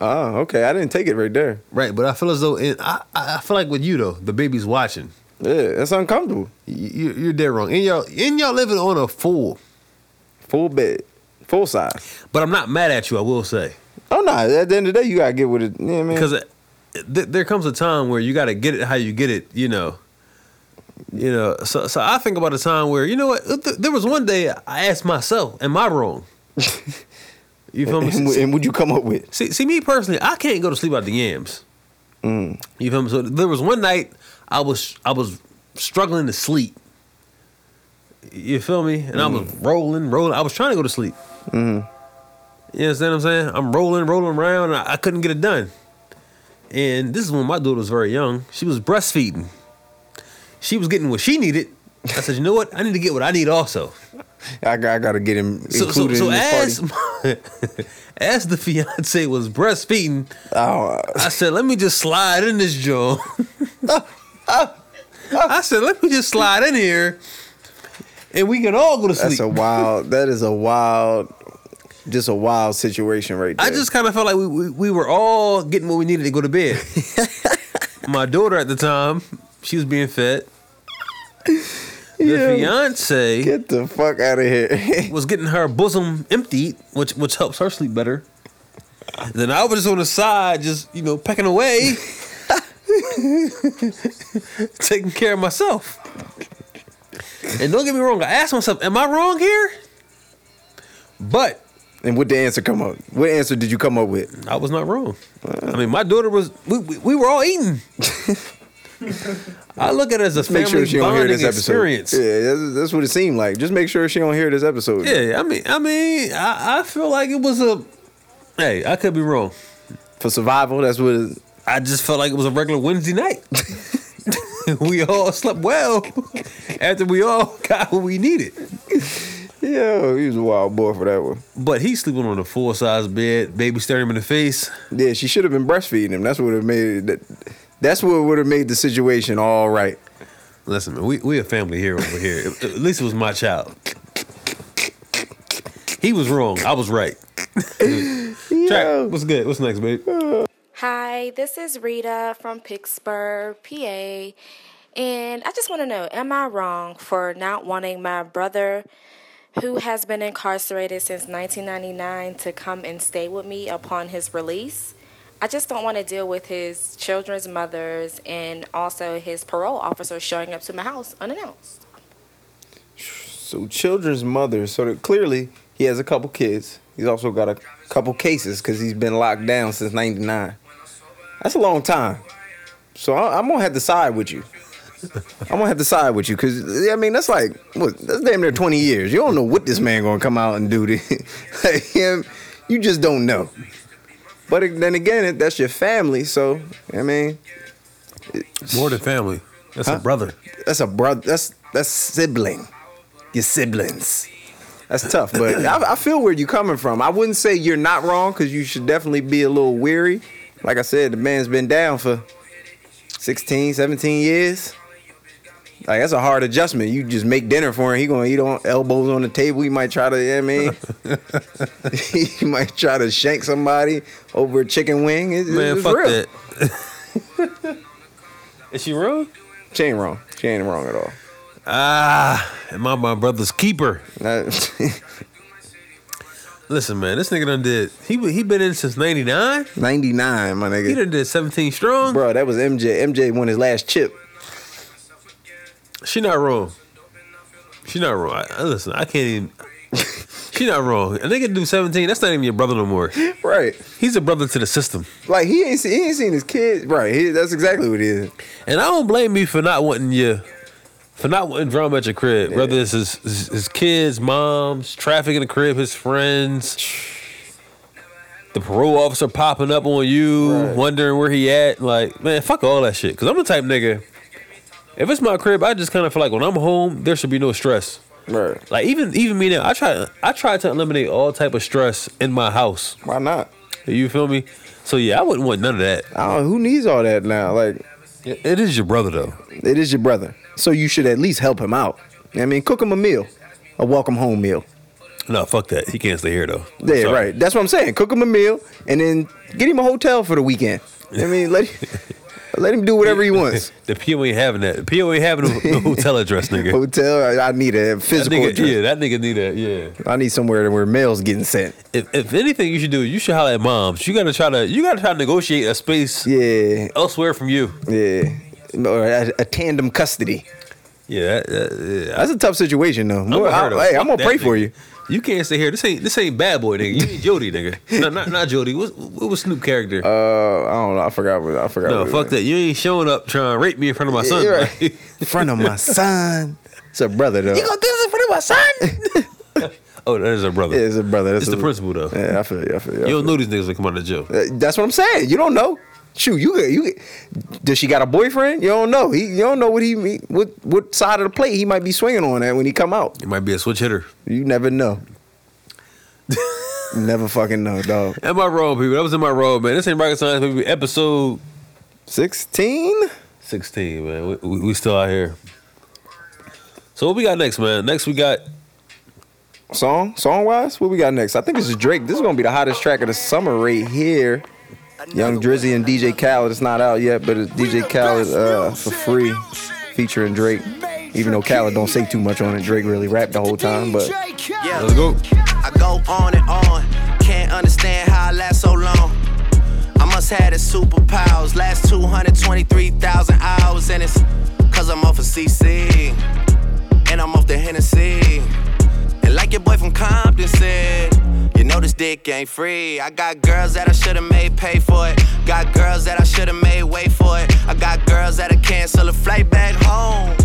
C: Oh, okay. I didn't take it right there.
D: Right, but I feel as though in, I I I feel like with you though, the baby's watching.
C: Yeah, that's uncomfortable.
D: You, you're dead wrong. And y'all and y'all living on a full,
C: full bed, full size.
D: But I'm not mad at you. I will say.
C: Oh no! At the end of the day, you gotta get with it. You know what I mean?
D: because th- there comes a time where you got to get it how you get it, you know. You know, so so I think about a time where you know what th- there was one day I asked myself, "Am
C: *laughs*
D: I wrong?" you feel me?
C: And what- and what'd you come up with?
D: See, see me personally, I can't go to sleep out the yams.
C: Mm.
D: You feel me? So there was one night I was I was struggling to sleep. You feel me? And I was
C: Mm.
D: rolling, rolling. I was trying to go to sleep.
C: Mm-hmm.
D: You understand what I'm saying? I'm rolling, rolling around. And I, I couldn't get it done. And this is when my daughter was very young. She was breastfeeding. She was getting what she needed. I said, you know what? I need to get what I need also.
C: I, got- I gotta get him
D: So, so,
C: included
D: so
C: in this
D: as,
C: party.
D: *laughs* as the fiance was breastfeeding,
C: Oh,
D: I said, let me just slide in this joint. I said, let me just slide in here and we can all go to sleep.
C: That's a wild. That is a wild. Just a wild situation right there.
D: I just kind of felt like we, we, we were all getting what we needed to go to bed.
C: *laughs*
D: My daughter at the time, she was being fed. The
C: Yeah.
D: fiance
C: get the fuck out of here. *laughs*
D: was getting her bosom emptied, which which helps her sleep better. Then I was just on the side, just you know, pecking away, *laughs* taking care of myself. And don't get me wrong, I asked myself, "Am I wrong here?" But
C: And what the answer come up? What answer did you come up with?
D: I was not wrong. I mean, my daughter was. We, we, we were all eating. I look at it as a
C: Just make sure
D: family
C: she don't hear
D: bonding
C: this episode.
D: experience.
C: Yeah, that's, that's what it seemed like. Just make sure she don't hear this episode.
D: Yeah, I mean, I mean, I, I feel like it was a. Hey, I could be wrong.
C: For survival, that's what.
D: I just felt like it was a regular Wednesday night. *laughs* we all slept well after we all *laughs* got what we needed.
C: Yeah, he was a wild boy for that one.
D: But he's sleeping on a full size bed, baby staring him in the face.
C: Yeah, she should have been breastfeeding him. That's what have made it. That, that's what would have made the situation all right.
D: Listen, man, we we a family here over here. At at least it was my child. He was wrong. I
C: *laughs*
D: was right. Track, what's good? What's next, babe?
M: Hi, this is Rita from Pittsburgh, PA. And I just want to know am I wrong for not wanting my brother, who has been incarcerated since 1999, to come and stay with me upon his release? I just don't want to deal with his children's mothers and also his parole officer showing up to my house unannounced.
C: So children's mother. So that clearly he has a couple kids. He's also got a couple cases because he's been locked down since '99. That's a long time. So I, I'm gonna have to side with you. I'm gonna have to side with you because I mean that's like what that's damn near 20 years. You don't know what this man gonna come out and do to *laughs* like him. You just don't know. But then again, that's your family. So I mean,
D: more than family. That's a brother.
C: That's a brother. That's that's sibling. Your siblings. That's tough, but I, I feel where you're coming from. I wouldn't say you're not wrong because you should definitely be a little weary. Like I said, the man's been down for 16, 17 years. Like that's a hard adjustment. You just make dinner for him. He gonna eat on elbows on the table. He might try to, you know what I mean,
D: *laughs*
C: *laughs* he might try to shank somebody over a chicken wing. It-
D: Man,
C: it's
D: fuck
C: real.
D: that.
C: *laughs*
D: Is she wrong?
C: She ain't wrong. She ain't wrong at all.
D: Ah, am I my brother's keeper?
C: *laughs*
D: Listen, man, this nigga done did. He he been in since '99.
C: '99, my nigga.
D: He done did 17 strong.
C: Bro, that was MJ. MJ won his last chip.
D: She not wrong. She not wrong. I, I- listen, I can't even. *laughs* she not wrong. A nigga do 17. That's not even your brother no more.
C: Right.
D: He's a brother to the system.
C: Like he ain't see, he ain't seen his kids. Right. He, that's exactly what it is.
D: And I don't blame you for not wanting your, for not wanting drama at your crib. Whether it's his, his his kids, moms, traffic in the crib, his friends, the parole officer popping up on you, wondering where he at. Like, man, fuck all that shit. Cause I'm the type nigga. If it's my crib, I just kind of feel like when I'm home, there should be no stress.
C: Right.
D: Like even even me now, I try I try to eliminate all type of stress in my house.
C: Why not?
D: You feel me? So yeah, I wouldn't want none of that.
C: Oh, who needs all that now? Like,
D: it is your brother though.
C: It is your brother. So you should at least help him out. I mean, cook him a meal, a welcome home meal.
D: No, fuck that. He can't stay here though.
C: Yeah,
D: Sorry.
C: right. That's what I'm saying. Cook him a meal and then get him a hotel for the weekend. I mean, let *laughs* let him do whatever he wants. *laughs*
D: the PO ain't having that. The PO ain't having a, a hotel address, nigga.
C: Hotel. I, I need a Oh, physical.
D: that nigga,
C: address.
D: Yeah, that nigga need that. Yeah.
C: I need somewhere where mail's getting sent.
D: If, if anything you should do, you should holler at moms. You gotta try to you gotta try to negotiate a space.
C: Yeah.
D: Elsewhere from you.
C: Yeah. Or a, a tandem custody.
D: Yeah, that- that- yeah.
C: That's a tough situation though. Boy, I- hey, I'm gonna pray for you.
D: You can't stay here. This ain't this ain't bad boy nigga. You ain't Jody nigga. No, not not Jody. What what was Snoop character?
C: Uh, I don't know. I forgot. What, I forgot.
D: No,
C: what it
D: fuck that. You ain't showing up trying to rape me in front of my
C: Yeah,
D: son.
C: you're right. In front of my son. It's a brother though.
D: do this in front of my son? *laughs* oh, that is a brother.
C: *laughs* Yeah, it's a brother. That's
D: it's the
C: a-
D: principal though.
C: Yeah, I feel you. I feel you. I
D: You
C: feel
D: don't know these niggas that come out of jail.
C: you. Uh, That's what I'm saying. You don't know. Shoot, you could- you could- does she got a boyfriend? You don't know. He you don't know what he he- what what side of the plate he might be swinging on at when he come out.
D: It might be a switch hitter.
C: You never
D: *laughs*
C: know. never fucking know, dog.
D: Am I wrong, people? That was in my road, man. This ain't rocket science, baby. Episode
C: sixteen.
D: Sixteen, man. We, we, we still out here. So what we got next, man? Next we got
C: Song song wise, what we got next? I think this is Drake. This is gonna be the hottest track of the summer right here. Young Drizzy and DJ Khaled. It's not out yet, but it's DJ Khaled uh, for free, featuring Drake. Even though Khaled don't say too much on it, Drake really rapped the whole time. But
N: Yeah.
C: let's go.
N: I go on and on. Can't understand how I last so long. I must have the superpowers. Last 223,000 hours, and it's cause I'm off of CC. And I'm off the Hennessy. And like your boy from Compton said, you No, this dick ain't free. I got girls that I should've made pay for it. Got girls that I should've made wait for it. I got girls that'll cancel a flight back home.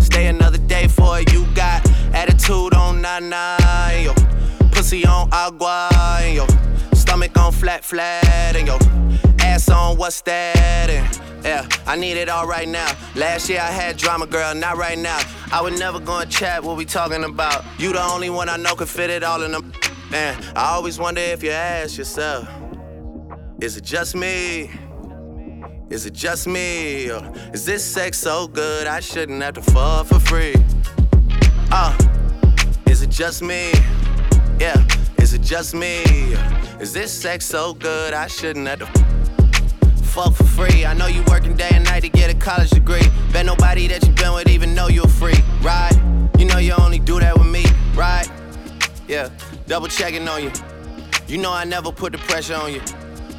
N: Stay another day for it. You got attitude on nana, and yo. Pussy on agua, and yo. Stomach on flat, flat, and yo. Ass on what's that? And yeah, I need it all right now. Last year I had drama, girl, not right now. I would never go and chat what we talking about. You the only one I know can fit it all in them. Man, I always wonder if you ask yourself, is it just me? Is it just me? Or is this sex so good I shouldn't have to fuck for free? Uh, is it just me? Yeah, is it just me? Or is this sex so good I shouldn't have to fuck for free. I know you working day and night to get a college degree. Bet nobody that you've been with even know you're free, right? You know you only do that with me, right? Yeah, double checking on you. You know I never put the pressure on you.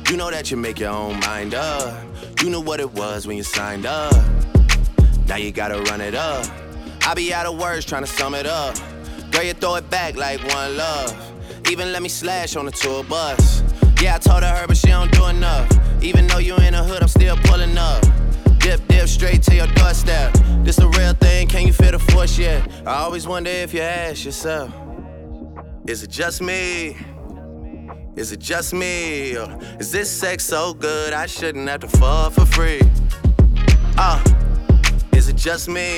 N: You know that you make your own mind up. You knew what it was when you signed up. Now you gotta run it up. I be out of words trying to sum it up. Girl, you throw it back like one love. Even let me slash on the tour bus. Yeah, I told her her, but she don't do enough. Even though you in the hood, I'm still pulling up. Dip, dip, straight to your doorstep. This the real thing, can you feel the force yet? I always wonder if you ask yourself, is it just me? Is it just me? Or is this sex so good I shouldn't have to fuck for free? Uh, is it just me?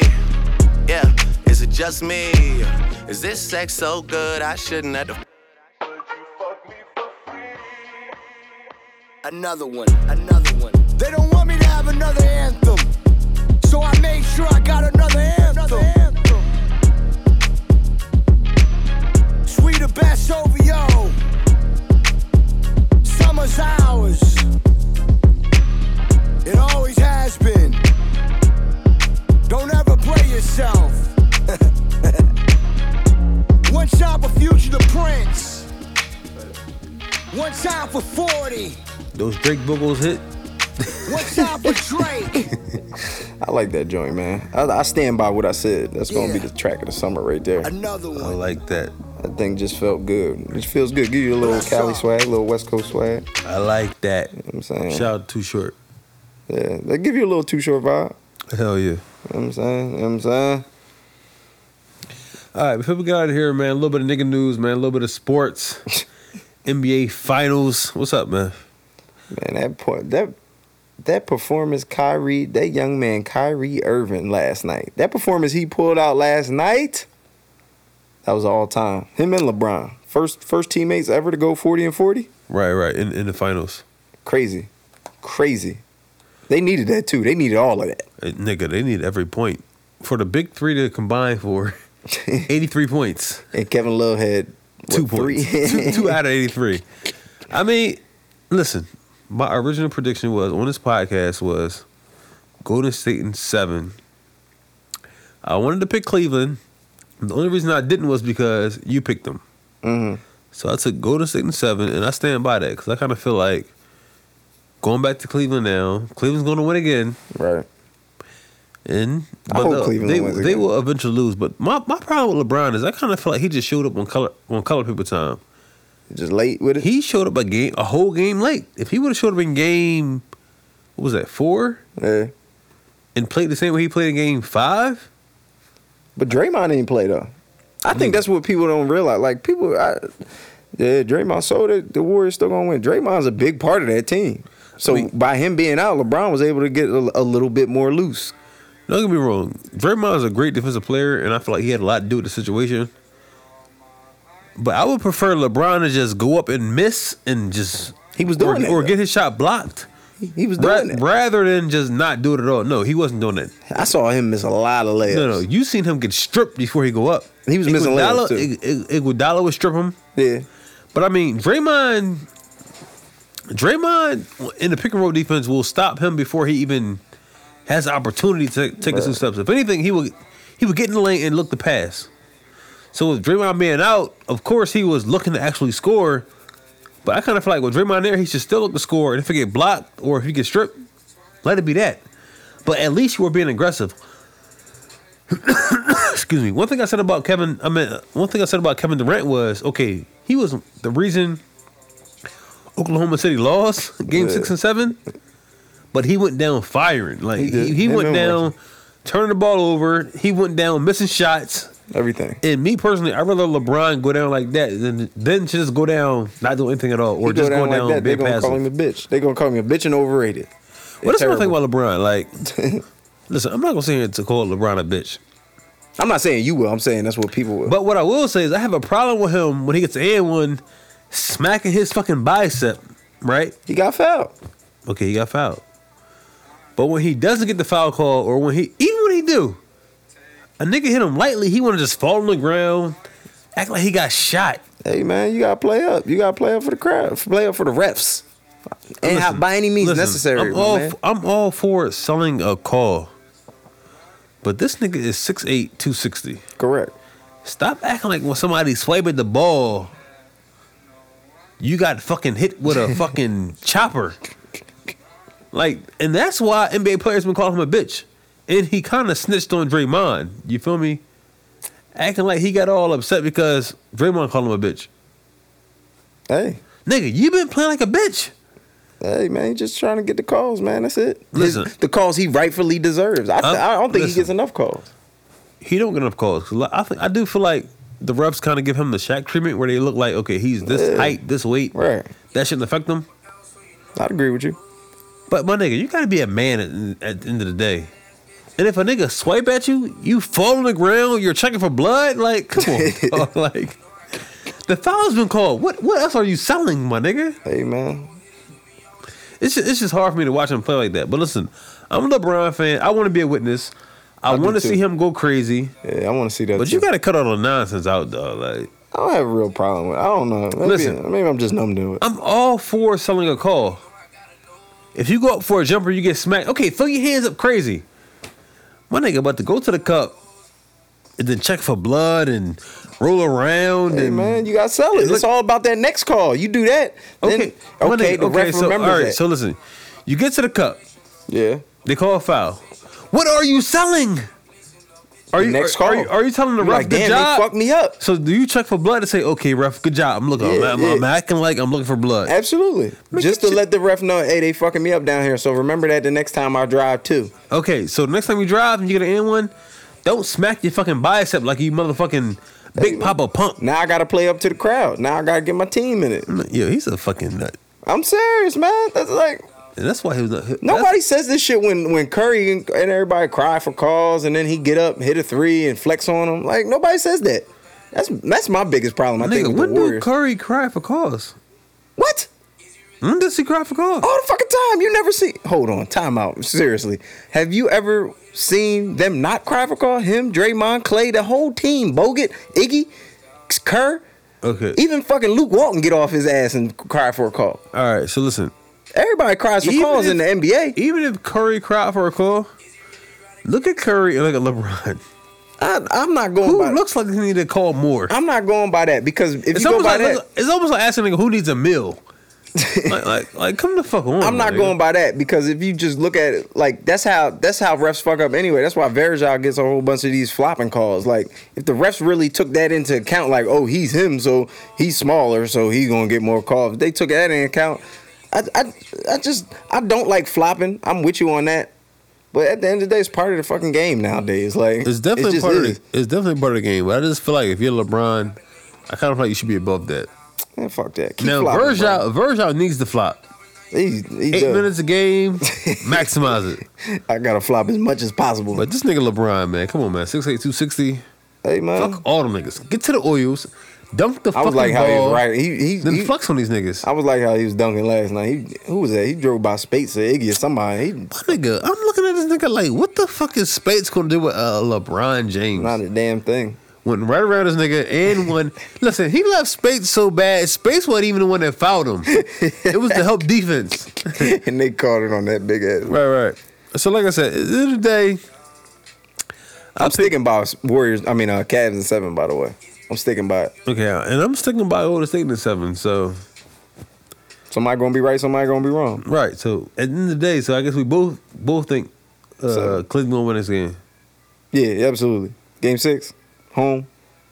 N: Yeah, is it just me? Or is this sex so good I shouldn't have to
O: Another one, another one. They don't want me to have another anthem. So I made sure I got another anthem. Sweet of best over yo. Summer's ours. It always has been. Don't ever play yourself. one shot for future the prince. One time for 40.
D: Those Drake boogles hit.
O: One time for Drake.
C: I like that joint, man. I, I stand by what I said. That's gonna be
O: Yeah.
C: the track of the summer right there.
O: Another one.
C: I like that. That thing just felt good. It feels good. Give you a little Cali swag, a little West Coast swag.
D: I like that.
C: I'm saying.
D: Shout out Too Short.
C: Yeah, they give you a little Too Short vibe.
D: Hell yeah.
C: You know what I'm saying? You know what I'm saying?
D: All right, before we get out of here, man, a little bit of nigga news, man, a little bit of sports, *laughs* NBA Finals. What's up, man?
C: Man, that point, that that performance, Kyrie, that young man, Kyrie Irving, last night. That performance he pulled out last night. That was all time. Him and LeBron, first first teammates ever to go forty and forty.
D: Right, right. In in the finals,
C: Crazy, crazy. They needed that too. They needed all of that.
D: Eh, nigga, they need every point for the big three to combine for *laughs* eighty-three points.
C: *laughs* And Kevin Love had
D: two
C: what, three?
D: points, *laughs* two, two out of eighty-three. I mean, listen, my original prediction was on this podcast was Golden State in seven. I wanted to pick Cleveland. The only reason I didn't was because you picked them.
C: *laughs* Mm-hmm.
D: So I took Golden State and seven, and I stand by that because I kind of feel like going back to Cleveland now. Cleveland's going to win again,
C: right?
D: And
C: I
D: but
C: hope
D: they'll-
C: Cleveland
D: they
C: wins
D: they
C: again.
D: will eventually lose. But my, my problem with LeBron is I kind of feel like he just showed up on color on color people time,
C: just late with it.
D: He showed up a game a whole game late. If he would have showed up in game, what was that four?
C: Yeah,
D: and played the same way he played in game five.
C: But Draymond didn't play though. I think that's what people don't realize. Like people, I, yeah, Draymond. So the, the Warriors still gonna win. Draymond's a big part of that team. So by him being out, LeBron was able to get a, a little bit more loose.
D: Don't get me wrong. Draymond is a great defensive player, and I feel like he had a lot to do with the situation. But I would prefer LeBron to just go up and miss and just
C: he was
D: doing or, or get his shot blocked.
C: He, was doing
D: that rather than just not do it at all. No, he wasn't doing that.
C: I saw him miss a lot of layups.
D: No, no, you seen him get stripped before he go up.
C: He was missing layups, too.
D: Iguodala would strip him.
C: Yeah,
D: but I mean Draymond, Draymond in the pick and roll defense will stop him before he even has the opportunity to take a two
C: Right.
D: steps. If anything, he would he would get in the lane and look to pass. So with Draymond being out, of course he was looking to actually score. But I kind of feel like with Draymond there, he should still look to score. And if he get blocked or if he get stripped, let it be that. But at least you were being aggressive. *coughs* excuse me. One thing I said about Kevin, I mean, one thing I said about Kevin Durant was okay. He was the reason Oklahoma City lost game
C: Yeah.
D: six and seven, but he went down firing. Like
C: He
D: he,
C: did.
D: he,
C: Him
D: went
C: and
D: down, turning the ball over. He went down missing shots.
C: Everything.
D: And me personally, I'd rather LeBron go down like that than than to just go down not do anything at all, or
C: He
D: just go down,
C: They
D: being
C: gonna
D: passive.
C: call him a bitch. They gonna call me a bitch and overrated.
D: Well,
C: It's
D: that's one thing
C: terrible.
D: about LeBron. Like, listen, I'm not gonna sit here to call LeBron a bitch.
C: *laughs* I'm not saying you will. I'm saying that's what people will.
D: But what I will say is, I have a problem with him when he gets and one smacking his fucking bicep. Right?
C: He got fouled.
D: Okay, he got fouled. But when he doesn't get the foul call, or when he even when he do, a nigga hit him lightly. He want to just fall on the ground, act like he got shot.
C: Hey man, you gotta play up. You gotta play up for the crowd. Play up for the refs. And how, by any means
D: Listen,
C: necessary,
D: I'm
C: my
D: all,
C: man.
D: I'm all for selling a call. But this nigga is 6'8, 260.
C: Correct.
D: Stop acting like when somebody swiping the ball, you got fucking hit with
C: *laughs*
D: a fucking chopper. Like, and that's why NBA players been calling him a bitch. And he kind of snitched on Draymond. You feel me? Acting like he got all upset because Draymond called him a bitch.
C: Hey.
D: Nigga, you been playing like a bitch.
C: Hey man, he just trying to get the calls, man. That's it. His-
D: Listen.
C: the calls he rightfully deserves. I,
D: Um,
C: I don't think he
D: listen.
C: gets enough calls.
D: he don't get enough calls. 'Cause, like, I think I do feel like the refs kind of give him the Shaq treatment where they look like okay, he's this
C: Yeah.
D: height, this weight,
C: right?
D: That shouldn't affect him.
C: I'd agree with you.
D: But my nigga, you gotta be a man at, at the end of the day. And if a nigga swipe at you, you fall on the ground, you're checking for blood. Like, come
C: *laughs*
D: on, dog. like the foul's been called. What what else are you selling, my nigga?
C: Hey man,
D: it's just, it's just hard for me to watch him play like that. But listen, I'm a LeBron fan. I want to be a witness. I,
C: I do
D: want to
C: too.
D: see him go crazy.
C: Yeah, I want to see that.
D: But you gotta cut all the nonsense out, dog. Like.
C: I don't have a real problem with. I don't know. Maybe,
D: Listen.
C: maybe I'm just numb to it.
D: I'm all for selling a call. If you go up for a jumper, you get smacked. Okay, throw your hands up crazy. My nigga about to go to the cup and then check for blood and roll around.
C: Hey
D: and
C: man, you gotta sell it.
D: Look-
C: it's all about that next call. You do that. then-
D: Okay, my
C: okay.
D: nigga,
C: the ref
D: so,
C: remembers that.
D: so listen, you get to the cup.
C: Yeah.
D: They call a foul. What are you selling? Are you,
C: next
D: are, are
C: call.
D: you are you telling the
C: You're
D: ref
C: like,
D: good
C: "Damn, they
D: job?
C: fucked me up.
D: So do you check for blood and say, okay, ref, good job. I'm looking. I'm-
C: Yeah,
D: I'm,
C: yeah.
D: I'm acting like I'm looking for blood.
C: Absolutely. Just to let the ref know, hey, they fucking me up down here. So remember that the next time I drive too.
D: Okay, so the next time you drive and you get an N one, don't smack your fucking bicep like you motherfucking big papa pump.
C: Now I gotta play up to the crowd. Now I gotta get my team in it.
D: Yeah, he's a fucking nut.
C: I'm serious, man. That's like
D: And that's why he was not.
C: nobody says this shit when when Curry and and everybody cry for calls and then he get up, hit a three, and flex on them. Like nobody says that. That's that's my biggest problem. I think
D: Nigga,
C: with the
D: when do
C: Warriors.
D: Curry cry for calls?
C: What?
D: When does he cry for calls?
C: All the fucking time. You never see. Hold on. Time out. Seriously. Have you ever seen them not cry for call? Him, Draymond, Clay, the whole team. Bogut, Iggy, Kerr.
D: Okay.
C: Even fucking Luke Walton get off his ass and cry for a call.
D: All right, so listen.
C: Everybody cries for
D: Even
C: calls in the
D: if-
C: NBA.
D: Even if Curry cried for a call, look at Curry and look at
C: *laughs*
D: LeBron.
C: I, I'm not going.
D: Who looks like they need to call more?
C: I'm not going by that because if
D: it's
C: you go
D: almost
C: by
D: like,
C: that,
D: it's almost like asking a nigga who needs
C: *laughs*
D: a meal. like, like, like, come the fuck on.
C: I'm not
D: nigga.
C: going by that because if you just look at it, like that's how that's how refs fuck up anyway. That's why Verjao gets a whole bunch of these flopping calls. Like if the refs really took that into account, like oh he's him, so he's smaller, so he's gonna get more calls. If they took that into account, I I, I just I don't like flopping. I'm with you on that. But at the end of the day, it's part of the fucking game nowadays. Like
D: It's definitely
C: just
D: part
C: is.
D: of the, it's definitely part of the game. But I just feel like if you're LeBron, I kind of feel like you should be above that.
C: Man, fuck that. Keep
D: now
C: flopping,
D: Virgil Virgil needs to flop.
C: He,
D: Eight
C: does.
D: minutes
C: *laughs*
D: a game, maximize it.
C: I gotta flop as much as possible.
D: But this nigga LeBron, man, come on, man, six eight two sixty.
C: Hey man,
D: fuck all them niggas. Get to the Oils, dunk the
C: I
D: fucking
C: was like
D: ball.
C: how he was right. He he
D: then
C: he-
D: flex on these niggas.
C: I was like how he was dunking last night. He who was that? He drove by Spates or Iggy or somebody. He,
D: nigga, I'm looking at this nigga like, what the fuck is Spates gonna do with uh, LeBron James? Not
C: a damn thing. *laughs*
D: Went right around this nigga and one. Listen, he left Spates so bad. Spates wasn't even the one that
C: *laughs*
D: fouled him. it was to help defense.
C: and they called it on that big ass.
D: Right, right. So like I said, at the end of the day,
C: I'm sticking by Warriors. I mean, uh, Cavs and seven. By the way, I'm sticking by it.
D: Okay, and I'm sticking by Golden State in seven. So
C: somebody gonna be right, somebody gonna be wrong.
D: Right. So at the end of the day, so I guess we both both think uh,
C: Seven.
D: Cleveland gonna win this game.
C: Yeah, absolutely. Game six. home.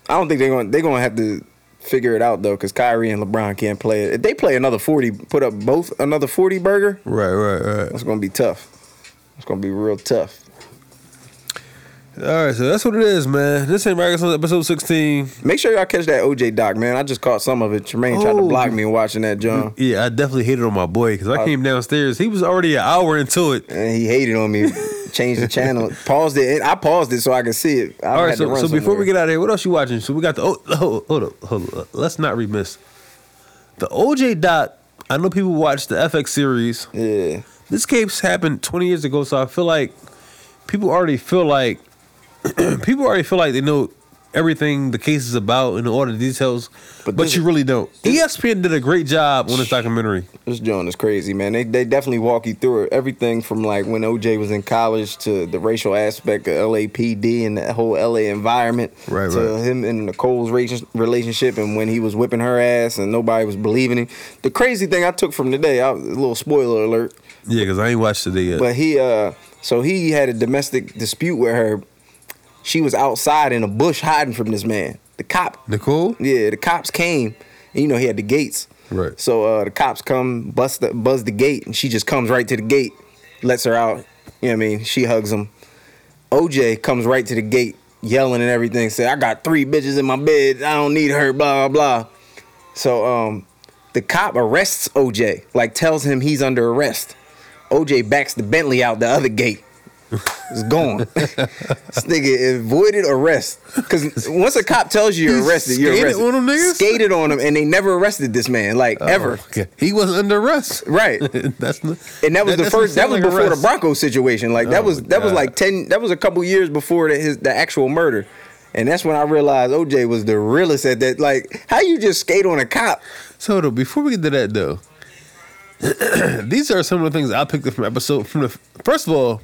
C: I don't think they're going. They're going to have to figure it out though, because Kyrie and LeBron can't play it. If they play another forty, put up both another forty burger.
D: Right, right, right.
C: It's going to be tough. It's going to be real tough.
D: All right, so that's what it is, man. This ain't Raggers on episode 16.
C: Make sure y'all catch that OJ doc, man. I just caught some of it. Tremaine tried to
D: Oh.
C: block me watching that, John.
D: *laughs* Yeah, I definitely hated on my boy because I
C: Oh.
D: came downstairs. He was already an hour into it.
C: And he hated on me. Changed the
D: *laughs*
C: channel. Paused it. I paused it so I could see it. I
D: All right,
C: had to
D: so,
C: run
D: so before
C: somewhere.
D: we get out of here, what else you watching? So we got the oh, hold, hold up, hold up. Let's not remiss the OJ doc. I know people watch the FX series.
C: Yeah,
D: this case happened 20 years ago, so I feel like people already feel like *clears throat* people already feel like they know everything the case is about and all the details, but,
C: this-
D: you really don't. E ESPN did a great job on this documentary.
C: This joint is crazy, man. They they definitely walk you through it. Everything from like when OJ was in college to the racial aspect of LAPD and that whole LA environment.
D: Right,
C: to
D: right.
C: him and Nicole's ra- relationship and when he was whipping her ass and nobody was believing him. The crazy thing I took from today, I, a little spoiler alert,
D: Yeah, because I ain't watched today yet.
C: but he uh so he had a domestic dispute with her. She was outside in a bush hiding from this man. The cop
D: Nicole?
C: Yeah, the cops came. And, you know, he had the gates.
D: Right.
C: So uh the cops come, bust the buzz the gate, and she just comes right to the gate, lets her out. You know what I mean? She hugs him. OJ comes right to the gate, yelling and everything, said, I got three bitches in my bed, I don't need her, blah blah blah. So um the cop arrests OJ, like tells him he's under arrest. OJ backs the Bentley out the other
D: *laughs*
C: gate. It's gone. *laughs* this nigga avoided arrest. Cause once a cop tells you you're
D: He
C: arrested, you're
D: skated
C: arrested.
D: on them niggas?
C: Skated on him and they never arrested this man, like ever.
D: Oh, okay. He wasn't under arrest. *laughs*
C: Right.
D: that's not,
C: And that was the
D: That doesn't
C: first. That
D: sound
C: was
D: like
C: before
D: arrest.
C: the Broncos situation. Like that
D: Oh,
C: was that was
D: God.
C: like ten. That was a couple years before the, his the actual murder. And that's when I realized OJ was the realest at that. Like how you just skate on a cop?
D: So though, before we get to that though, *clears throat* these are some of the things I picked up from episode from the first of all,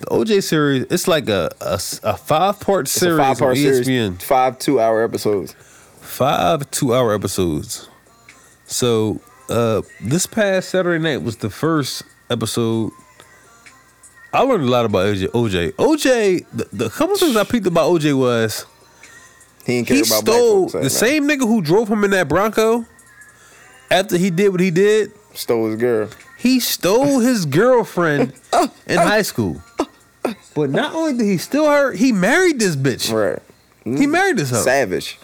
D: the OJ series. It's like a a, five part series. E
C: five part series. Five two hour episodes.
D: Five two hour episodes. So uh this past Saturday night was the first episode. I learned a lot about OJ. OJ, OJ the, the couple things I picked about OJ was
C: he,
D: he stole the same nigga who drove him in that Bronco after he did what he did.
C: Stole his girl.
D: He stole his
C: *laughs*
D: girlfriend in high school. But not only did he steal her, he married this bitch.
C: Right.
D: He married this hoe.
C: Savage.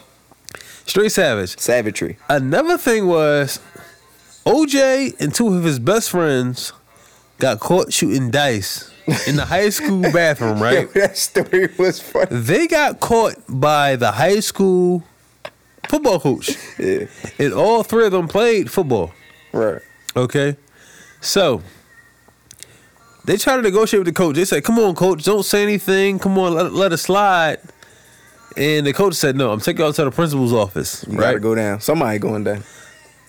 D: Straight savage.
C: Savagery.
D: Another thing was OJ and two of his best friends got caught shooting dice in the high
C: *laughs*
D: school bathroom, right?
C: that story was funny.
D: *laughs* They got caught by the high school football coach.
C: Yeah.
D: And all three of them played football.
C: Right.
D: Okay. So they tried to negotiate with the coach. They said, Come on, coach, don't say anything. Come on, let, let it slide. And the coach said, No, I'm taking y'all to the principal's office.
C: You
D: right.
C: gotta go down. Somebody going down.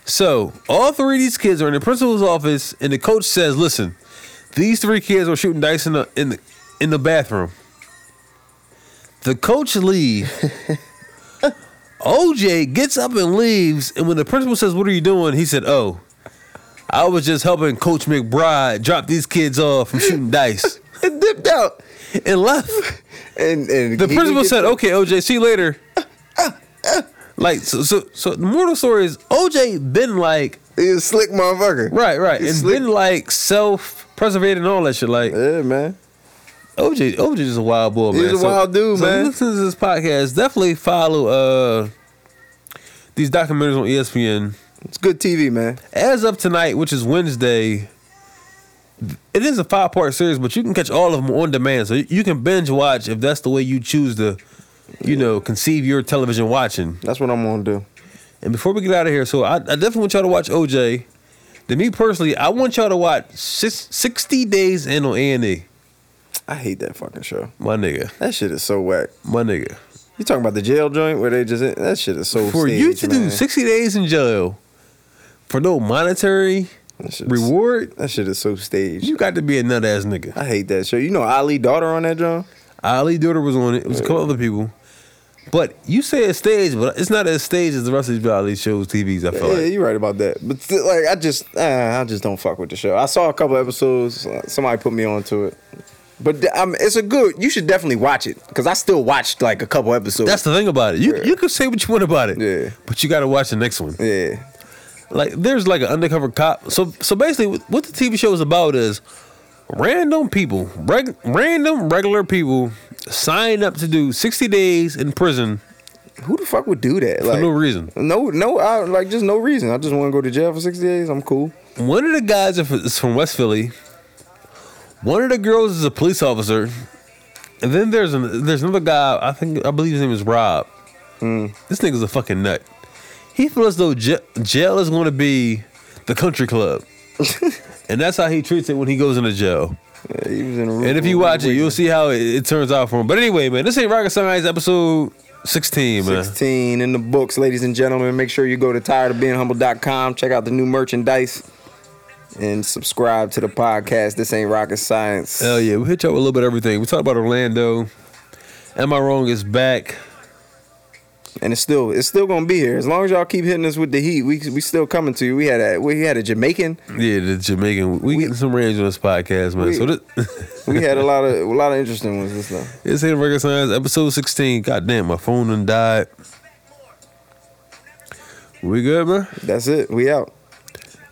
D: So all three of these kids are in the principal's office, and the coach says, "Listen, these three kids were shooting dice in the in the in the bathroom." The
C: *laughs*
D: coach leaves. OJ gets up and leaves, and when the principal says, "What are you doing?" he said, "Oh, I was just helping Coach McBride drop these kids off from
C: *laughs*
D: shooting dice."
C: It dipped out
D: and left.
C: And, and
D: the
C: he
D: principal
C: didn't get
D: said,
C: the-
D: "Okay, OJ, see you
C: *laughs*
D: later." like so, so, so the moral story is OJ been like
C: he a slick motherfucker,
D: right, right, and been like self preservating all that shit. Like,
C: yeah, man.
D: OJ, OJ is a wild boy,
C: He's
D: man.
C: a wild dude,
D: so
C: man.
D: Listen to this podcast. Definitely follow uh these documentaries on E ESPN.
C: It's good TV, man.
D: As of tonight, which is Wednesday. It is a five part series, but you can catch all of them on demand. So you- you can binge watch if that's the way you choose to, you know, conceive your television watching.
C: That's what I'm gonna do.
D: And before we get out of here, so I, I definitely want y'all to watch OJ. Then me personally, I want y'all to watch six, 60 Days in on A&E.
C: I hate that fucking show.
D: My nigga.
C: That shit is so whack.
D: My nigga.
C: You talking about the jail joint where they just that shit is so
D: for you to do 60 days in jail for no monetary reward,
C: that shit is so staged.
D: You got to be a nut ass nigga.
C: I hate that show. You know Ali daughter on that joint?
D: Ali Daughter was on it. It was a couple other people. But you say it's staged, but it's not as staged as the rest of these Ali shows, TVs, I
C: Yeah,
D: feel like.
C: you're right about that. But still, like I just uh, I just don't fuck with the show. I saw a couple episodes. uh, Somebody put me onto it. But th- um, it's a good. You should definitely watch it because I still watched like a couple episodes.
D: That's the thing about it. You you can say what you want about it. Yeah. But you got to watch the next one.
C: Yeah.
D: Like there's like an undercover cop. So so basically, what the TV show is about is random people, reg, random regular people, sign up to do 60 days in prison.
C: Who the fuck would do that?
D: For no reason.
C: No, no, I, like just no reason. I just want to go to jail for sixty days. I'm cool.
D: One of the guys is from West Philly. One of the girls is a police officer, and then there's an, there's another guy. I think I believe his name is Rob. This nigga's a fucking nut. He feels as though ja- jail is going to be the country club, and that's how he treats it when he goes into jail.
C: he was in a
D: and if you watch it, you'll see how it, it turns out for him. But anyway, man, this ain't Rocket Sunrise episode sixteen, man.
C: 16 in the books, ladies and gentlemen. Make sure you go to tiredofbeinghumble.com, check out the new merchandise, and subscribe to the podcast. This ain't rocket science.
D: Hell yeah, we hit y'all with a little bit of everything. We talked about Orlando. Am I wrong? Is back,
C: and it's still it's still gonna be here as long as y'all keep hitting us with the heat. We we still coming to you. We had a we had a Jamaican.
D: Yeah, the Jamaican. We, getting some range on this podcast, man.
C: we-
D: so this, *laughs*
C: we had a lot of a lot of interesting ones this time.
D: It's in Record Signs, episode 16. God damn, my phone done died. We good, man?
C: That's it. We out.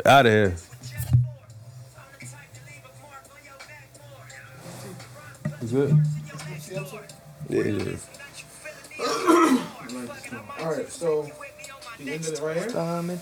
D: Out of here.
C: Yeah, yeah.
H: All right, so you ended it right here.